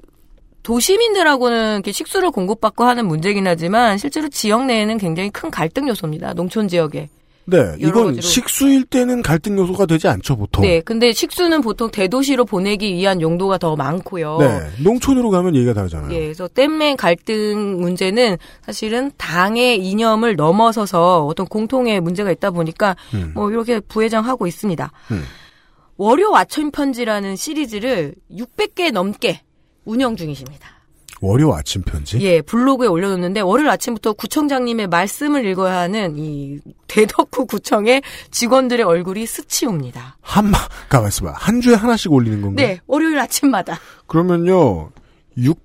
Speaker 4: 도시민들하고는 이렇게 식수를 공급받고 하는 문제긴 하지만 실제로 지역 내에는 굉장히 큰 갈등 요소입니다. 농촌 지역에.
Speaker 2: 네.
Speaker 4: 여러
Speaker 2: 이건
Speaker 4: 가지로.
Speaker 2: 식수일 때는 갈등 요소가 되지 않죠, 보통.
Speaker 4: 네, 근데 식수는 보통 대도시로 보내기 위한 용도가 더 많고요.
Speaker 2: 네. 농촌으로 가면 얘기가 다르잖아요.
Speaker 4: 예, 그래서 댐의 갈등 문제는 사실은 당의 이념을 넘어서서 어떤 공통의 문제가 있다 보니까 뭐 이렇게 부회장하고 있습니다.
Speaker 2: 음.
Speaker 4: 월요 아침 편지라는 시리즈를 600개 넘게 운영 중이십니다.
Speaker 2: 월요 아침 편지.
Speaker 4: 예, 블로그에 올려놓는데 월요일 아침부터 구청장님의 말씀을 읽어야 하는 이 대덕구 구청의 직원들의 얼굴이 스치옵니다.
Speaker 2: 한 마, 가만 있어봐. 한 주에 하나씩 올리는 건가?
Speaker 4: 네, 월요일 아침마다.
Speaker 2: 그러면요,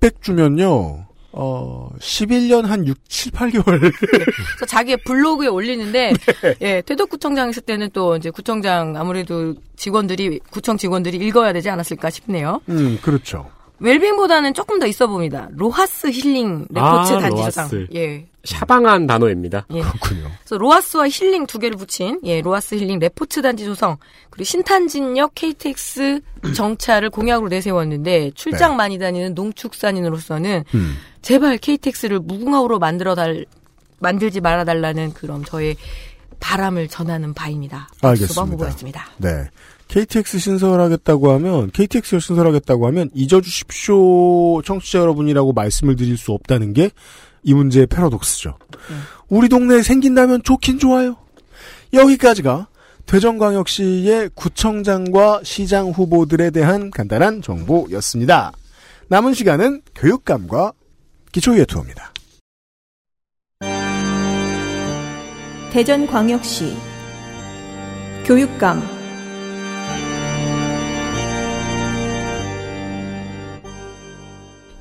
Speaker 2: 600주면요, 어, 11년 한 6, 7, 8개월.
Speaker 4: 그래서 자기의 블로그에 올리는데
Speaker 6: 네.
Speaker 4: 예 태덕구청장 있을 때는 또 이제 구청장 아무래도 직원들이 구청 직원들이 읽어야 되지 않았을까 싶네요.
Speaker 2: 음, 그렇죠.
Speaker 4: 웰빙보다는 조금 더 있어 봅니다. 로하스 힐링 레포츠
Speaker 6: 아,
Speaker 4: 단지상.
Speaker 6: 로하스.
Speaker 4: 예.
Speaker 6: 샤방한 단어입니다.
Speaker 4: 예.
Speaker 2: 그렇군요.
Speaker 4: 그래서 로하스와 힐링 두 개를 붙인 예, 로하스 힐링 레포츠 단지 조성 그리고 신탄진역 KTX 정차를 공약으로 내세웠는데 출장 많이 다니는 농축산인으로서는
Speaker 2: 네. 음.
Speaker 4: 제발 KTX를 무궁화호로 만들어 달 만들지 말아 달라는 그런 저의 바람을 전하는 바입니다.
Speaker 2: 알겠습니다.
Speaker 4: 수박 후보였습니다.
Speaker 2: 네. KTX 신설하겠다고 하면 KTX를 신설하겠다고 하면 잊어주십시오 청취자 여러분이라고 말씀을 드릴 수 없다는 게 이 문제의 패러독스죠.
Speaker 4: 네.
Speaker 2: 우리 동네에 생긴다면 좋긴 좋아요. 여기까지가 대전광역시의 구청장과 시장 후보들에 대한 간단한 정보였습니다. 남은 시간은 교육감과 기초의 투어입니다.
Speaker 3: 대전광역시 교육감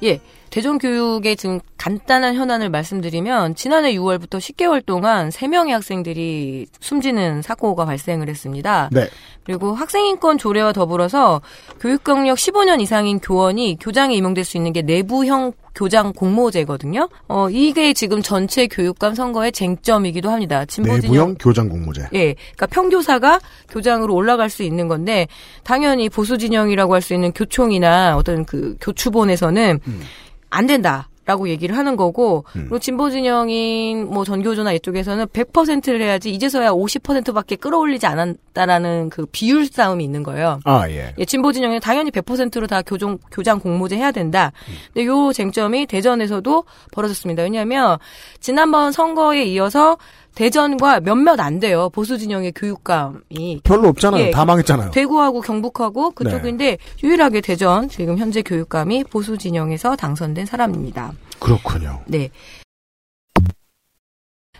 Speaker 4: 예. 대전 교육의 지금 간단한 현안을 말씀드리면 지난해 6월부터 10개월 동안 3명의 학생들이 숨지는 사고가 발생을 했습니다.
Speaker 2: 네.
Speaker 4: 그리고 학생인권 조례와 더불어서 교육경력 15년 이상인 교원이 교장에 임용될 수 있는 게 내부형 교장 공모제거든요. 어, 이게 지금 전체 교육감 선거의 쟁점이기도 합니다. 진보진영
Speaker 2: 내부형 교장 공모제.
Speaker 4: 예. 그러니까 평교사가 교장으로 올라갈 수 있는 건데 당연히 보수 진영이라고 할 수 있는 교총이나 어떤 그 교추본에서는 안 된다. 라고 얘기를 하는 거고 그리고 진보 진영인 뭐 전교조나 이쪽에서는 100%를 해야지 이제서야 50%밖에 끌어올리지 않았다라는 그 비율 싸움이 있는 거예요.
Speaker 2: 아 예.
Speaker 4: 예, 진보 진영은 당연히 100%로 다 교정, 교장 공모제 해야 된다. 근데 요 쟁점이 대전에서도 벌어졌습니다. 왜냐하면 지난번 선거에 이어서 대전과 몇몇 안 돼요. 보수 진영의 교육감이
Speaker 2: 별로 없잖아요.
Speaker 4: 예.
Speaker 2: 다 망했잖아요.
Speaker 4: 대구하고 경북하고
Speaker 2: 네.
Speaker 4: 그쪽인데 유일하게 대전 지금 현재 교육감이 보수 진영에서 당선된 사람입니다.
Speaker 2: 그렇군요.
Speaker 4: 네.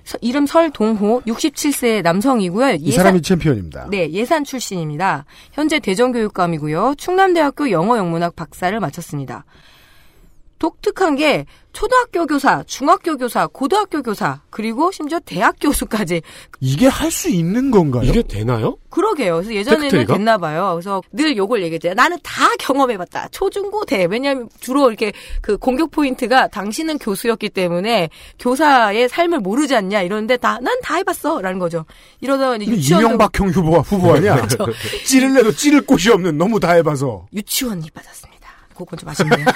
Speaker 4: 서- 이름 설동호 67세 남성이고요.
Speaker 2: 이 사람이 챔피언입니다.
Speaker 4: 네, 예산 출신입니다. 현재 대전교육감이고요. 충남대학교 영어영문학 박사를 마쳤습니다. 독특한 게 초등학교 교사, 중학교 교사, 고등학교 교사, 그리고 심지어 대학 교수까지
Speaker 2: 이게 할 수 있는 건가요?
Speaker 6: 이게 되나요?
Speaker 4: 그러게요. 그래서 예전에는
Speaker 6: 팩트리가?
Speaker 4: 됐나 봐요. 그래서 늘 요걸 얘기했잖아요. 나는 다 경험해봤다. 초중고대. 왜냐하면 주로 이렇게 그 공격 포인트가 당신은 교수였기 때문에 교사의 삶을 모르지 않냐 이러는데 다 난 다 해봤어 라는 거죠. 이러다 이제 유치원
Speaker 2: 이명박형 후보, 후보 아니야? 찌를래도 찌를 곳이 없는 너무 다 해봐서.
Speaker 4: 유치원이 빠졌습니다. 그건 좀 아쉽네요.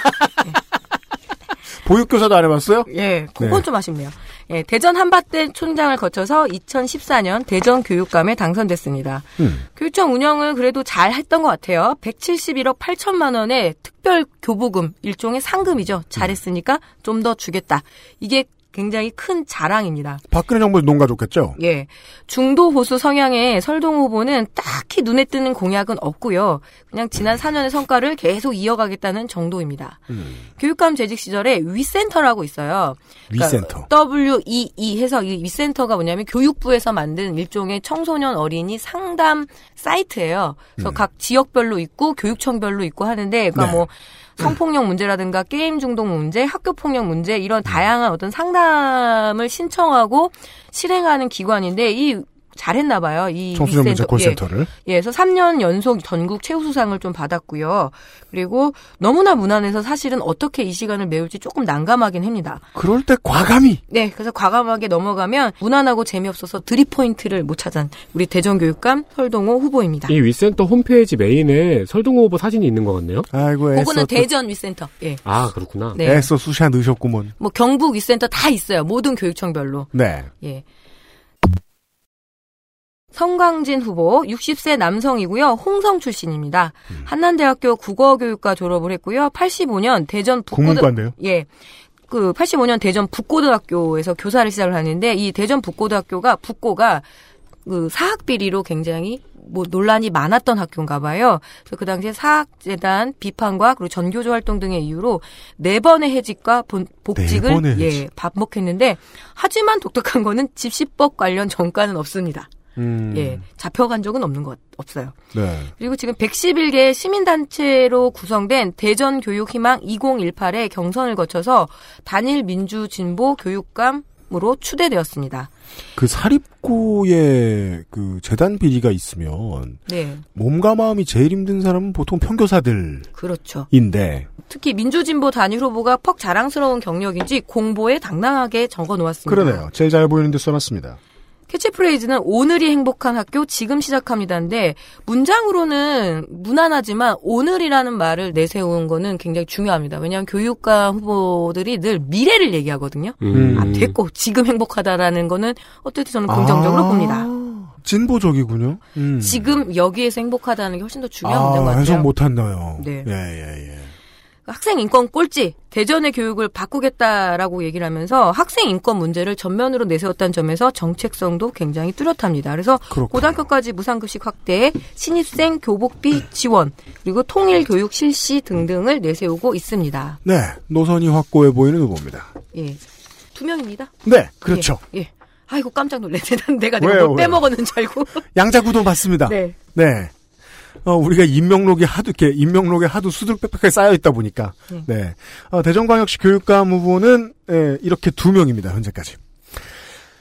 Speaker 2: 보육교사도 안 해봤어요?
Speaker 4: 예, 그건
Speaker 2: 네.
Speaker 4: 좀 아쉽네요. 예, 대전 한밭대 촌장을 거쳐서 2014년 대전 교육감에 당선됐습니다.
Speaker 2: 음.
Speaker 4: 교육청 운영을 그래도 잘 했던 것 같아요. 171억 8천만 원의 특별 교부금, 일종의 상금이죠. 잘했으니까 좀 더 주겠다. 이게 굉장히 큰 자랑입니다.
Speaker 2: 박근혜 정부에서 농가 좋겠죠?
Speaker 4: 예. 중도 보수 성향의 설동 후보는 딱히 눈에 띄는 공약은 없고요. 그냥 지난 4년의 성과를 계속 이어가겠다는 정도입니다.
Speaker 2: 음.
Speaker 4: 교육감 재직 시절에 위센터라고 있어요.
Speaker 2: 위센터.
Speaker 4: WEE E 해서 이 위센터가 뭐냐면 교육부에서 만든 일종의 청소년 어린이 상담 사이트예요. 그래서 각 지역별로 있고 교육청별로 있고 하는데
Speaker 2: 음.
Speaker 4: 그러니까
Speaker 2: 네.
Speaker 4: 뭐 성폭력 문제라든가 게임 중독 문제, 학교 폭력 문제 이런
Speaker 2: 음.
Speaker 4: 다양한 어떤 상담을 신청하고 실행하는 기관인데 이 잘했나 봐요. 이
Speaker 2: 청소년 문제
Speaker 4: 위센터. 예.
Speaker 2: 콜센터를.
Speaker 4: 예, 그래서 3년 연속 전국 최우수상을 좀 받았고요. 그리고 너무나 무난해서 사실은 어떻게 이 시간을 메울지 조금 난감하긴 합니다.
Speaker 2: 그럴 때 과감히.
Speaker 4: 네, 그래서 과감하게 넘어가면 무난하고 재미없어서 드립 포인트를 못 찾은 우리 대전교육감 설동호 후보입니다.
Speaker 6: 이 위센터 홈페이지 메인에 설동호 후보 사진이 있는 것 같네요.
Speaker 2: 아이고, 애써.
Speaker 4: 그거는
Speaker 2: 또-
Speaker 4: 대전 위센터. 예.
Speaker 6: 아 그렇구나.
Speaker 4: 네.
Speaker 2: 애써 수샤 넣으셨구먼.
Speaker 4: 뭐 경북 위센터 다 있어요. 모든 교육청별로.
Speaker 2: 네.
Speaker 4: 예. 성광진 후보 60세 남성이고요. 홍성 출신입니다. 한남대학교 국어교육과 졸업을 했고요. 85년 대전 북고등
Speaker 2: 국문과인데요.
Speaker 4: 예. 그 85년 대전 북고등학교에서 교사를 시작을 하는데 이 대전 북고등학교가 북고가 그 사학 비리로 굉장히 뭐 논란이 많았던 학교인가 봐요. 그래서 그 당시에 사학재단 비판과 그리고 전교조 활동 등의 이유로 네 번의 해직과 본- 복직을
Speaker 2: 네 번의
Speaker 4: 예
Speaker 2: 해직.
Speaker 4: 반복했는데 하지만 독특한 거는 집시법 관련 전과는 없습니다.
Speaker 2: 음.
Speaker 4: 예 잡혀간 적은 없는 것 없어요.
Speaker 2: 네.
Speaker 4: 그리고 지금 111개 시민단체로 구성된 대전교육희망 2018의 경선을 거쳐서 단일 민주진보 교육감 사립으로 추대되었습니다.
Speaker 2: 그 사립고에 그 재단 비리가 있으면
Speaker 4: 네,
Speaker 2: 몸과 마음이 제일 힘든 사람은 보통 평교사들인데
Speaker 4: 그렇죠. 특히 민주진보 단일 후보가 퍽 자랑스러운 경력인지 공보에 당당하게 적어 놓았습니다.
Speaker 2: 그러네요. 제일 잘 보이는데 써놨습니다.
Speaker 4: 캐치프레이즈는 오늘이 행복한 학교 지금 시작합니다인데 문장으로는 무난하지만 오늘이라는 말을 내세운 거는 굉장히 중요합니다. 왜냐하면 교육과 후보들이 늘 미래를 얘기하거든요.
Speaker 6: 음.
Speaker 4: 아, 됐고 지금 행복하다라는 거는 어쨌든 저는 긍정적으로
Speaker 2: 아,
Speaker 4: 봅니다.
Speaker 2: 진보적이군요. 음.
Speaker 4: 지금 여기에서 행복하다는 게 훨씬 더 중요한
Speaker 2: 아,
Speaker 4: 문제인 것 같아요.
Speaker 2: 해석 못한다요.
Speaker 4: 네.
Speaker 2: 예, 예, 예.
Speaker 4: 학생 인권 꼴찌 대전의 교육을 바꾸겠다라고 얘기를 하면서 학생 인권 문제를 전면으로 내세웠다는 점에서 정책성도 굉장히 뚜렷합니다. 그래서
Speaker 2: 그렇군요.
Speaker 4: 고등학교까지 무상급식 확대에 신입생 교복비 지원 그리고 통일 교육 실시 등등을 내세우고 있습니다.
Speaker 2: 네, 노선이 확고해 보이는 후보입니다.
Speaker 4: 예, 두 명입니다.
Speaker 2: 네, 그렇죠.
Speaker 4: 예. 예. 아이고 깜짝 놀랐네. 난 내가 내가
Speaker 2: 왜요,
Speaker 4: 뭘
Speaker 2: 왜요?
Speaker 4: 빼먹었는 줄 알고.
Speaker 2: 양자구도 맞습니다.
Speaker 4: 예. 네.
Speaker 2: 네. 어, 우리가 인명록이 하도 이렇게 인명록에 하도 수두룩빽빽하게 쌓여 있다 보니까
Speaker 4: 네.
Speaker 2: 네. 어, 대전광역시 교육감 후보는 예, 이렇게 두 명입니다. 현재까지.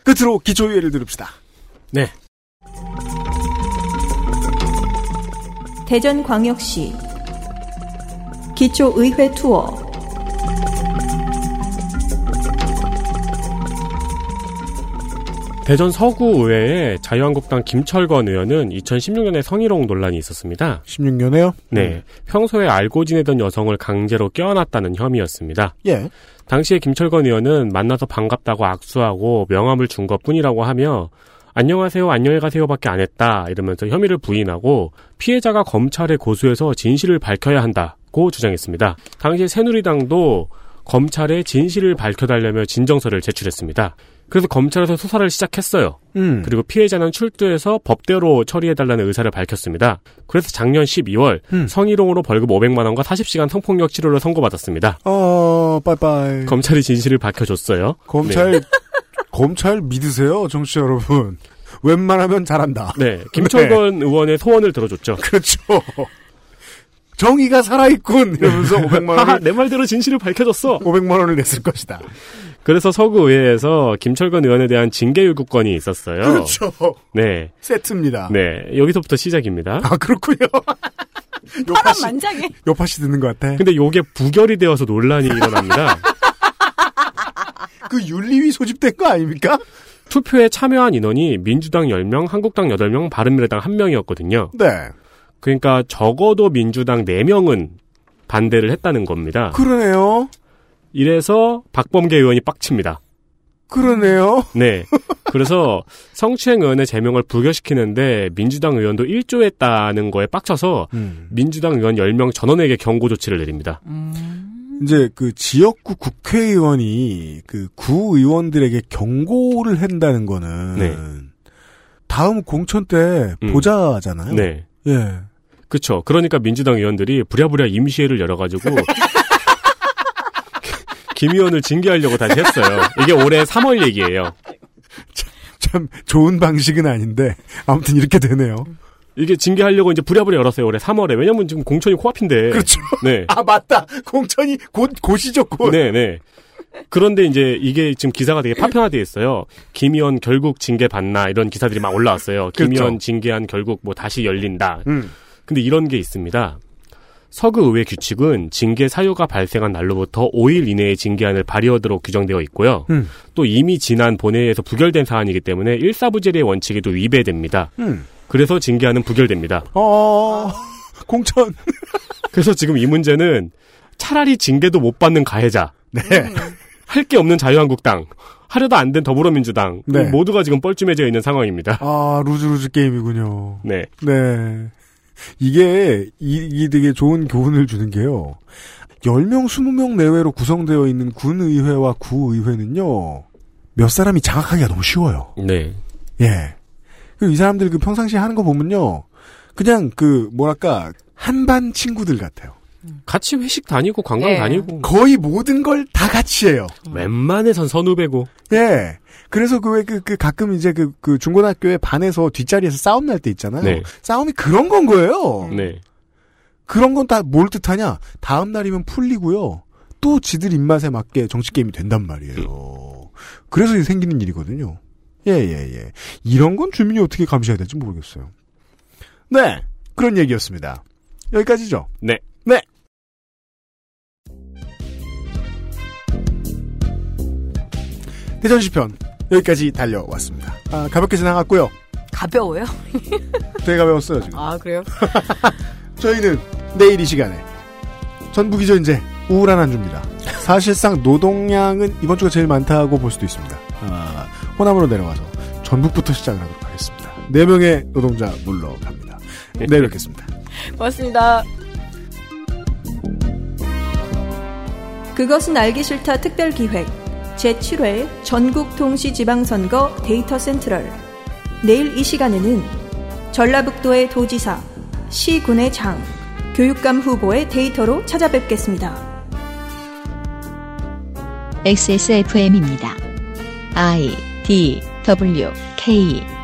Speaker 2: 끝으로 기초유예를 들읍시다.
Speaker 6: 네.
Speaker 3: 대전광역시 기초의회 투어
Speaker 6: 대전 서구의회에 자유한국당 김철건 의원은 2016년에 성희롱 논란이 있었습니다.
Speaker 2: 16년에요?
Speaker 6: 네. 평소에 알고 지내던 여성을 강제로 껴안았다는 혐의였습니다.
Speaker 2: 예.
Speaker 6: 당시에 김철건 의원은 만나서 반갑다고 악수하고 명함을 준 것 뿐이라고 하며 안녕하세요, 안녕히 가세요밖에 안 했다 이러면서 혐의를 부인하고 피해자가 검찰에 고소해서 진실을 밝혀야 한다고 주장했습니다. 당시 새누리당도 검찰에 진실을 밝혀달라며 진정서를 제출했습니다. 그래서 검찰에서 수사를 시작했어요.
Speaker 2: 음.
Speaker 6: 그리고 피해자는 출두해서 법대로 처리해달라는 의사를 밝혔습니다. 그래서 작년 12월
Speaker 2: 음.
Speaker 6: 성희롱으로 벌금 500만 원과 40시간 성폭력 치료를 선고받았습니다.
Speaker 2: 어, 빠이빠이.
Speaker 6: 음. 검찰이 진실을 밝혀줬어요.
Speaker 2: 검찰 검찰 믿으세요, 정치 여러분. 웬만하면 잘한다.
Speaker 6: 네, 네. 김철건 의원의 소원을 들어줬죠.
Speaker 2: 그렇죠. 정의가 살아있군 네. 이러면서 500만
Speaker 6: 하하,
Speaker 2: 원을
Speaker 6: 내 말대로 진실을 밝혀줬어.
Speaker 2: 500만 원을 냈을 것이다.
Speaker 6: 그래서 서구의회에서 김철건 의원에 대한 징계 요구권이 있었어요.
Speaker 2: 그렇죠.
Speaker 6: 네,
Speaker 2: 세트입니다.
Speaker 6: 네, 여기서부터 시작입니다.
Speaker 2: 아 그렇군요.
Speaker 3: 사람
Speaker 2: 요파시
Speaker 3: 만장해
Speaker 2: 요파시 듣는 것 같아.
Speaker 6: 근데 요게 부결이 되어서 논란이 일어납니다.
Speaker 2: 그 윤리위 소집된 거 아닙니까?
Speaker 6: 투표에 참여한 인원이 민주당 10명, 한국당 8명, 바른미래당 1명이었거든요.
Speaker 2: 네.
Speaker 6: 그러니까 적어도 민주당 4명은 반대를 했다는 겁니다.
Speaker 2: 그러네요.
Speaker 6: 이래서 박범계 의원이 빡칩니다.
Speaker 2: 그러네요.
Speaker 6: 네. 그래서 성추행 의원의 제명을 부결시키는데 민주당 의원도 일조했다는 거에 빡쳐서
Speaker 2: 음.
Speaker 6: 민주당 의원 10명 전원에게 경고 조치를 내립니다.
Speaker 2: 이제 그 지역구 국회의원이 그 구 의원들에게 경고를 한다는 거는
Speaker 6: 네.
Speaker 2: 다음 공천 때
Speaker 6: 음.
Speaker 2: 보자잖아요.
Speaker 6: 네.
Speaker 2: 예.
Speaker 6: 그쵸. 그러니까 민주당 의원들이 부랴부랴 임시회를 열어가지고 김 의원을 징계하려고 다시 했어요. 이게 올해 3월 얘기예요.
Speaker 2: 참 좋은 방식은 아닌데 아무튼 이렇게 되네요.
Speaker 6: 이게 징계하려고 이제 부랴부랴 열었어요. 올해 3월에. 왜냐면 지금 공천이 코앞인데.
Speaker 2: 그렇죠.
Speaker 6: 네.
Speaker 2: 아 맞다. 공천이 곧 곧이죠 곧.
Speaker 6: 네네. 그런데 이제 이게 지금 기사가 되게 파편화돼 있어요. 김의원 결국 징계 받나 이런 기사들이 막 올라왔어요. 김의원
Speaker 2: 그렇죠.
Speaker 6: 징계한 결국 뭐 다시 열린다.
Speaker 2: 음.
Speaker 6: 근데 이런 게 있습니다. 서구의회 규칙은 징계 사유가 발생한 날로부터 5일 이내에 징계안을 발의하도록 규정되어 있고요.
Speaker 2: 음.
Speaker 6: 또 이미 지난 본회의에서 부결된 사안이기 때문에 일사부재리의 원칙에도 위배됩니다.
Speaker 2: 음.
Speaker 6: 그래서 징계안은 부결됩니다.
Speaker 2: 어 공천.
Speaker 6: 그래서 지금 이 문제는 차라리 징계도 못 받는 가해자,
Speaker 2: 네.
Speaker 6: 할 게 없는 자유한국당, 하려다 안 된 더불어민주당
Speaker 2: 네.
Speaker 6: 모두가 지금 뻘쭘해져 있는 상황입니다.
Speaker 2: 아 루즈루즈 게임이군요.
Speaker 6: 네,
Speaker 2: 네. 이게, 이, 이게 되게 좋은 교훈을 주는 게요. 10명, 20명 내외로 구성되어 있는 군의회와 구의회는요, 몇 사람이 장악하기가 너무 쉬워요.
Speaker 6: 네,
Speaker 2: 예. 그리고 이 사람들 그 평상시에 하는 거 보면요, 그냥 그, 뭐랄까, 한반 친구들 같아요.
Speaker 6: 같이 회식 다니고 관광
Speaker 4: 네.
Speaker 6: 다니고
Speaker 2: 거의 모든 걸 다 같이 해요.
Speaker 6: 웬만해선 선후배고.
Speaker 2: 예. 그래서 그, 왜 그, 그, 가끔 이제 그, 그 중고등학교에 반에서 뒷자리에서 싸움 날 때 있잖아요.
Speaker 6: 네.
Speaker 2: 싸움이 그런 건 거예요.
Speaker 6: 네,
Speaker 2: 그런 건 다 뭘 뜻하냐? 다음 날이면 풀리고요. 또 지들 입맛에 맞게 정치 게임이 된단 말이에요. 그래서 생기는 일이거든요. 예, 예, 예. 이런 건 주민이 어떻게 감시해야 될지 모르겠어요. 네. 그런 얘기였습니다. 여기까지죠.
Speaker 6: 네.
Speaker 2: 네. 대전 시편 여기까지 달려왔습니다. 아, 가볍게 지나갔고요.
Speaker 4: 가벼워요?
Speaker 2: 되게 가벼웠어요, 지금.
Speaker 4: 아, 그래요?
Speaker 2: 저희는 내일 이 시간에 전북이죠 이제 우울한 한 주입니다. 사실상 노동량은 이번 주가 제일 많다고 볼 수도 있습니다. 아, 호남으로 내려와서 전북부터 시작을 하도록 하겠습니다. 네 명의 노동자 물러갑니다. 내일 뵙겠습니다.
Speaker 4: 고맙습니다.
Speaker 3: 그것은 알기 싫다 특별기획 제7회 전국 동시 지방선거 데이터 센트럴 내일 이 시간에는 전라북도의 도지사, 시군의 장, 교육감 후보의 데이터로 찾아뵙겠습니다.
Speaker 1: XSFM입니다. I D W K